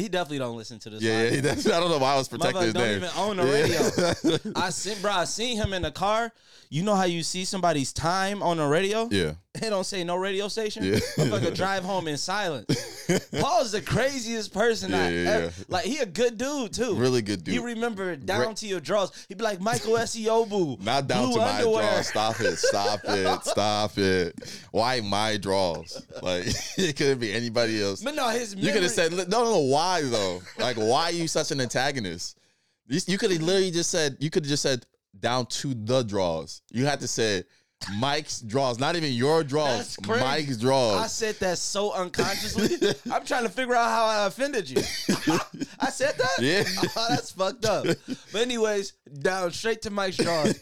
S2: He definitely don't listen to this.
S3: Yeah, yeah.
S2: podcast.
S3: That's, I don't know why I was protecting
S2: Motherfucker
S3: his
S2: don't
S3: name.
S2: even own the
S3: yeah. radio.
S2: I seen, bro. I seen him in the car. You know how you see somebody's time on the radio?
S3: yeah,
S2: They don't say no radio station.
S3: Yeah.
S2: Motherfucker drive home in silence. Paul's the craziest person I
S3: Yeah, yeah,
S2: ever.
S3: yeah.
S2: Like he a good dude too.
S3: really good dude.
S2: You remember down
S3: Great-
S2: to your drawers. He'd be like Michael E Esiobu.
S3: Not down
S2: blue
S3: to my
S2: underwear.
S3: draws. Stop it. Stop it. Stop it. Why my draws? Like it couldn't be anybody else.
S2: But no, his
S3: You could
S2: memory-
S3: have said no, no, no. Why though? Like why are you such an antagonist? You, you could have literally just said you could have just said down to the draws. You had to say Mike's draws, not even your draws.
S2: That's crazy.
S3: Mike's
S2: I
S3: draws.
S2: said that so unconsciously. I'm trying to figure out how I offended you. I said that?
S3: Yeah.
S2: Oh, that's fucked up. But anyways, down straight to Mike's drawers.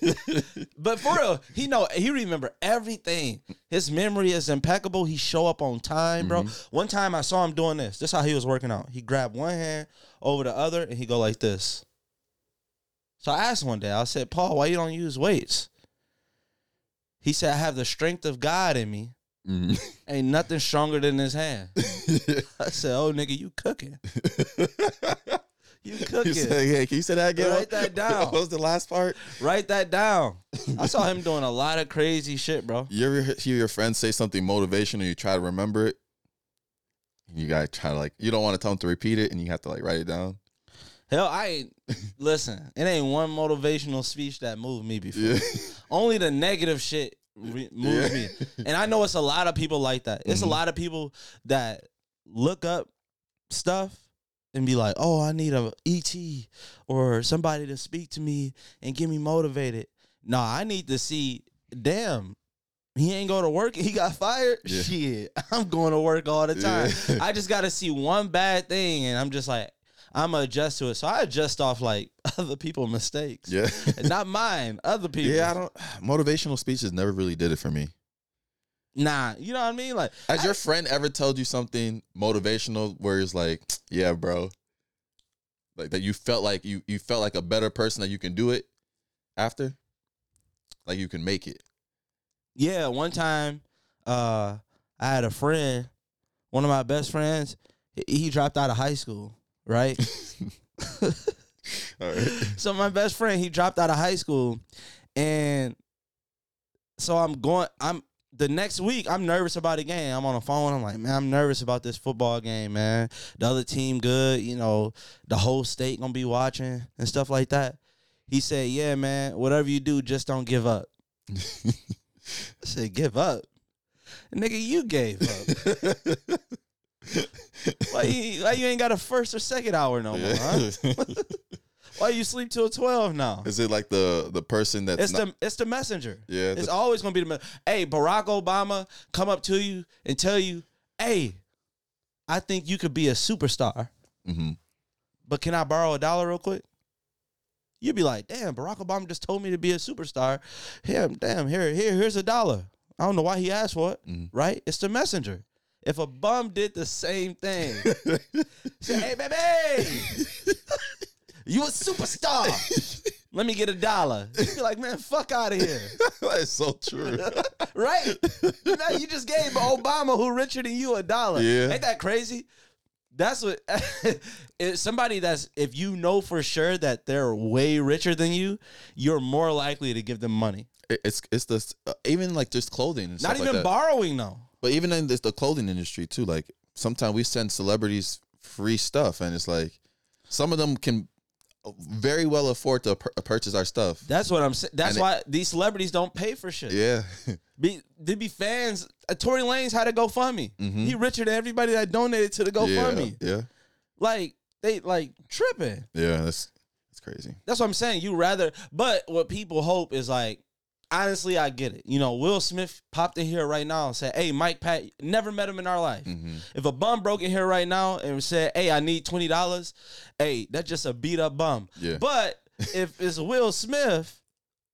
S2: but for real, he know he remember everything. His memory is impeccable. He show up on time, bro. One time I saw him doing this. This is how he was working out. He grabbed one hand over the other and he go like this. So I asked one day, I said, Paul, why you don't use weights? He said, I have the strength of God in me
S3: Mhm.
S2: ain't nothing stronger than his hand. I said, "Oh nigga, you cooking? You
S3: You
S2: cooking?
S3: said, yeah, can you say that again?
S2: Write that down.
S3: What was the last part?
S2: Write that down." I saw him doing a lot of crazy shit, bro.
S3: You ever hear your friends say something motivational, you try to remember it, you gotta try to like you don't want to tell them to repeat it, and you have to like write it down.
S2: Hell, I ain't listen. It ain't one motivational speech that moved me before.
S3: Yeah,
S2: Only the negative shit re- moves
S3: Yeah.
S2: me, and I know it's a
S3: Mm-hmm.
S2: lot of people like that. It's
S3: Mhm.
S2: a lot of people that look up stuff and be like, "Oh, I need a ET or somebody to speak to me and get me motivated." Nah, I need to see. Damn, he ain't go to work. and He got fired.
S3: Yeah.
S2: Shit, I'm going to work all the time.
S3: Yeah.
S2: I just got to see one bad thing, and I'm just like, I'm gonna adjust to it. So I adjust off like other people's mistakes,
S3: Yeah.
S2: not mine. Other people.
S3: yeah, I don't. Motivational speeches never really did it for me.
S2: Nah, you know what I mean? Like,
S3: Has your friend ever told you something motivational where it's like, yeah, bro, like that you felt like you you felt like a better person that you can do it after, like you can make it.
S2: Yeah, one time, uh, I had a friend, one of my best friends. he- He dropped out of high school, right?
S3: All right.
S2: so my best friend, he dropped out of high school, and so I'm going. I'm the next week. I'm nervous about the game. I'm on the phone. I'm like, man, I'm nervous about this football game, man. The other team good, you know. The whole state gonna be watching and stuff like that. He said, yeah, man. Whatever you do, just don't give up. I said, give up. Nigga, you gave up. why, you, why you ain't got a first or second hour no more? Huh? Why you sleep till twelve now?
S3: Is it like the the person that's
S2: It's
S3: not,
S2: the it's the messenger.
S3: yeah
S2: It's
S3: the-
S2: always gonna be the messenger. Hey, Barack Obama come up to you and tell you, "Hey, I think you could be a superstar,
S3: mhm.
S2: but can I borrow a dollar real quick?" You'd be like, "Damn, Barack Obama just told me to be a superstar. Here, damn, here, here, here's a dollar. I don't know why he asked for it,
S3: Mhm.
S2: right? It's the messenger. If a bum did the same thing,
S3: mm-hmm.
S2: say, "Hey, baby." You a superstar. Let me get a dollar. You'd be like, man, fuck out of here.
S3: that's so true.
S2: Right? Now you just gave Obama, who richer than you, a dollar.
S3: Yeah.
S2: Ain't that crazy? That's what if somebody that's if you know for sure that they're way richer than you, you're more likely to give them money.
S3: It- it's it's the uh, even like just clothing. And
S2: Not
S3: stuff like
S2: even
S3: that.
S2: borrowing though.
S3: But even in this, the clothing industry too, like sometimes we send celebrities free stuff, and it's like some of them can uh, very well afford to pur- purchase our stuff.
S2: That's what I'm saying. That's
S3: And it-
S2: why these celebrities don't pay for shit.
S3: yeah,
S2: Be, they be fans. Uh, Tory Lanez had a GoFundMe.
S3: Mhm.
S2: He richer than everybody that donated to the
S3: yeah,
S2: GoFundMe.
S3: Yeah,
S2: Like they like tripping.
S3: yeah. That's that's crazy.
S2: That's what I'm saying. You rather, but what people hope is like, honestly, I get it. You know, Will Smith popped in here right now and said, "Hey, Mike Pat, never met him in our life.
S3: hmm
S2: If a bum broke in here right now and said, "Hey, I need twenty dollars," hey, that's just a beat up bum.
S3: Yeah,
S2: But if it's Will Smith,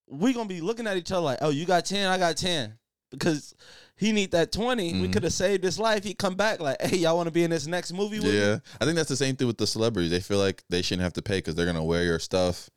S2: we gonna be looking at each other like, "Oh, you got ten, I got ten, because he need that 20 We
S3: Mhm.
S2: could have saved his life. He come back like, "Hey, y'all want to be in this next movie with me?"
S3: yeah. I think that's the same thing with the celebrities. They feel like they shouldn't have to pay because they're gonna wear your stuff.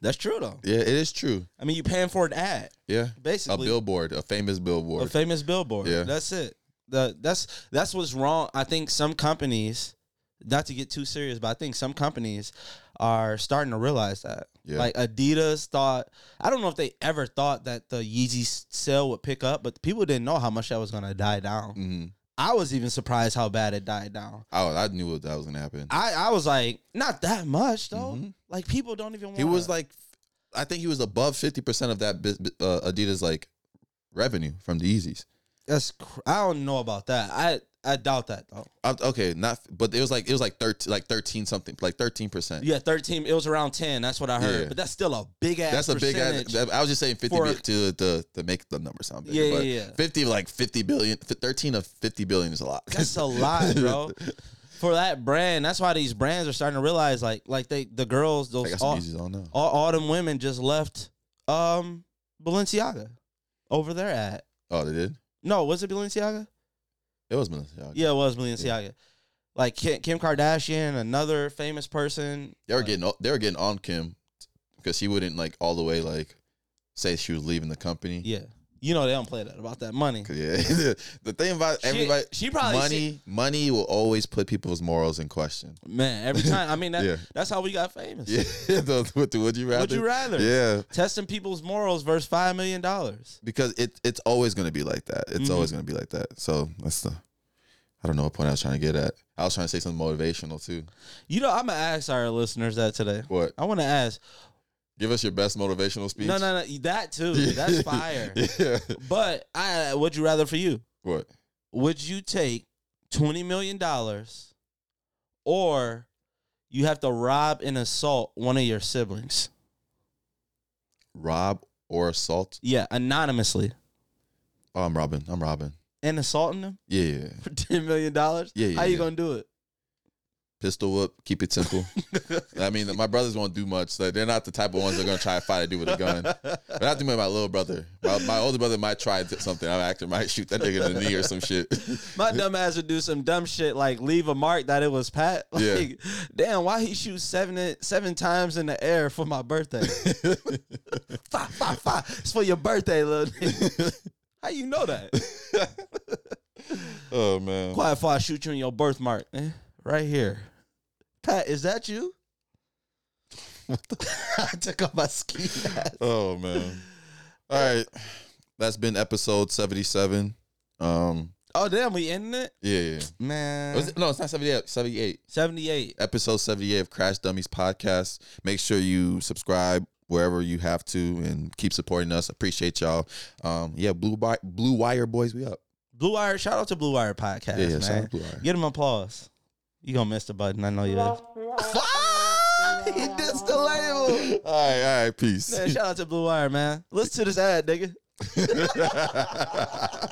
S2: That's true though.
S3: Yeah, it is true.
S2: I mean, you paying for an ad,
S3: Yeah, a
S2: basically.
S3: billboard, a famous billboard.
S2: A famous billboard.
S3: Yeah.
S2: That's it. The that's that's what's wrong. I think some companies, not to get too serious, but I think some companies are starting to realize that.
S3: Yeah.
S2: Like Adidas thought, I don't know if they ever thought that the Yeezy s- sale would pick up, but people didn't know how much that was gonna die down.
S3: hmm
S2: I was even surprised how bad it died down.
S3: Oh, I knew that was gonna happen.
S2: I, I was like, not that much though.
S3: Mhm.
S2: Like people don't even. want
S3: He was like, I think he was above fifty percent of that bus- uh, Adidas like revenue from the Yeezys.
S2: that's. Cr- I don't know about that. I I doubt that though.
S3: I, okay, not but it was like it was like thirteen, like thirteen something, like thirteen percent.
S2: Yeah, thirteen. It was around ten. That's what I heard.
S3: Yeah.
S2: But that's still a big ass.
S3: that's a big. Ad,
S2: percentage.
S3: that- I was just saying fifty
S2: For
S3: bi-
S2: a-
S3: to to to make the number sound big.
S2: Yeah,
S3: but
S2: yeah, yeah.
S3: Fifty like fifty billion, fi- thirteen of fifty billion is a lot.
S2: That's a lot, bro. For that brand, that's why these brands are starting to realize, like, like they the girls,
S3: I
S2: those
S3: got some
S2: all,
S3: Yeezys on now.
S2: all, all them women just left, um, Balenciaga, over there at
S3: Oh, they did.
S2: no, was it Balenciaga?
S3: It was Balenciaga.
S2: Yeah, it was Balenciaga. Like Kim, Kim Kardashian, another famous person.
S3: They were
S2: like-
S3: getting they were getting on Kim because she wouldn't like all the way like say she was leaving the company.
S2: yeah. You know they don't play that about that money.
S3: 'Cause, Yeah, the, thing about
S2: She-
S3: everybody,
S2: she probably
S3: money, money will always put people's morals in question.
S2: Man, every time. I mean, that,
S3: Yeah.
S2: that's how we got famous.
S3: Yeah, the, with the would you rather?
S2: Would you rather?
S3: Yeah,
S2: testing people's morals versus five million dollars.
S3: because it it's always gonna be like that. It's
S2: Mhm.
S3: always gonna be like that. So that's the. I don't know what point I was trying to get at. I was trying to say something motivational too.
S2: You know, I'm gonna ask our listeners that today.
S3: What?
S2: I want to ask.
S3: Give us your best motivational speech.
S2: No, no, no. That too. That's fire.
S3: yeah.
S2: But I would you rather for you?
S3: What?
S2: Would you take twenty million dollars or you have to rob and assault one of your siblings.
S3: Rob or assault?
S2: Yeah, anonymously.
S3: Oh, I'm robbing. I'm robbing.
S2: And assaulting them
S3: Yeah, yeah, yeah.
S2: for ten million dollars?
S3: Yeah, yeah,
S2: How you
S3: yeah.
S2: gonna do it?
S3: Pistol whip. Keep it simple. I mean, my brothers won't do much. Like, they're not the type of ones that are gonna try to fight a dude with a gun. But I have to remember my little brother. My, my older brother might try to- something. I actually might shoot that nigga in the knee or some shit.
S2: My dumb ass would do some dumb shit like leave a mark that it was Pat.
S3: Yeah.
S2: Like, damn, why he shoot seven seven times in the air for my birthday? fa, fa, fa. It's for your birthday, little nigga. How you know that?
S3: oh man.
S2: Quiet if I shoot you in your birthmark. Eh, right here. Pat, is that you? I took off my ski mask.
S3: Oh man. All right. That's been episode 77. Um
S2: Oh damn, we ending it?
S3: yeah, yeah.
S2: Man.
S3: Was it- no, it's not 78. 78.
S2: 78.
S3: Episode 78 of Crash Dummies podcast. Make sure you subscribe wherever you have to and keep supporting us. Appreciate y'all. Um yeah, Blue Wi- Blue Wire boys, we up.
S2: Blue Wire, shout out to Blue Wire Podcast,
S3: Yeah, yeah, shout
S2: man.
S3: out Blue Wire.
S2: Give him applause. You gonna miss the button. I know you is. he dissed the label.
S3: All right, all right, peace.
S2: Man, shout out to Blue Wire, man. Listen to this ad, nigga.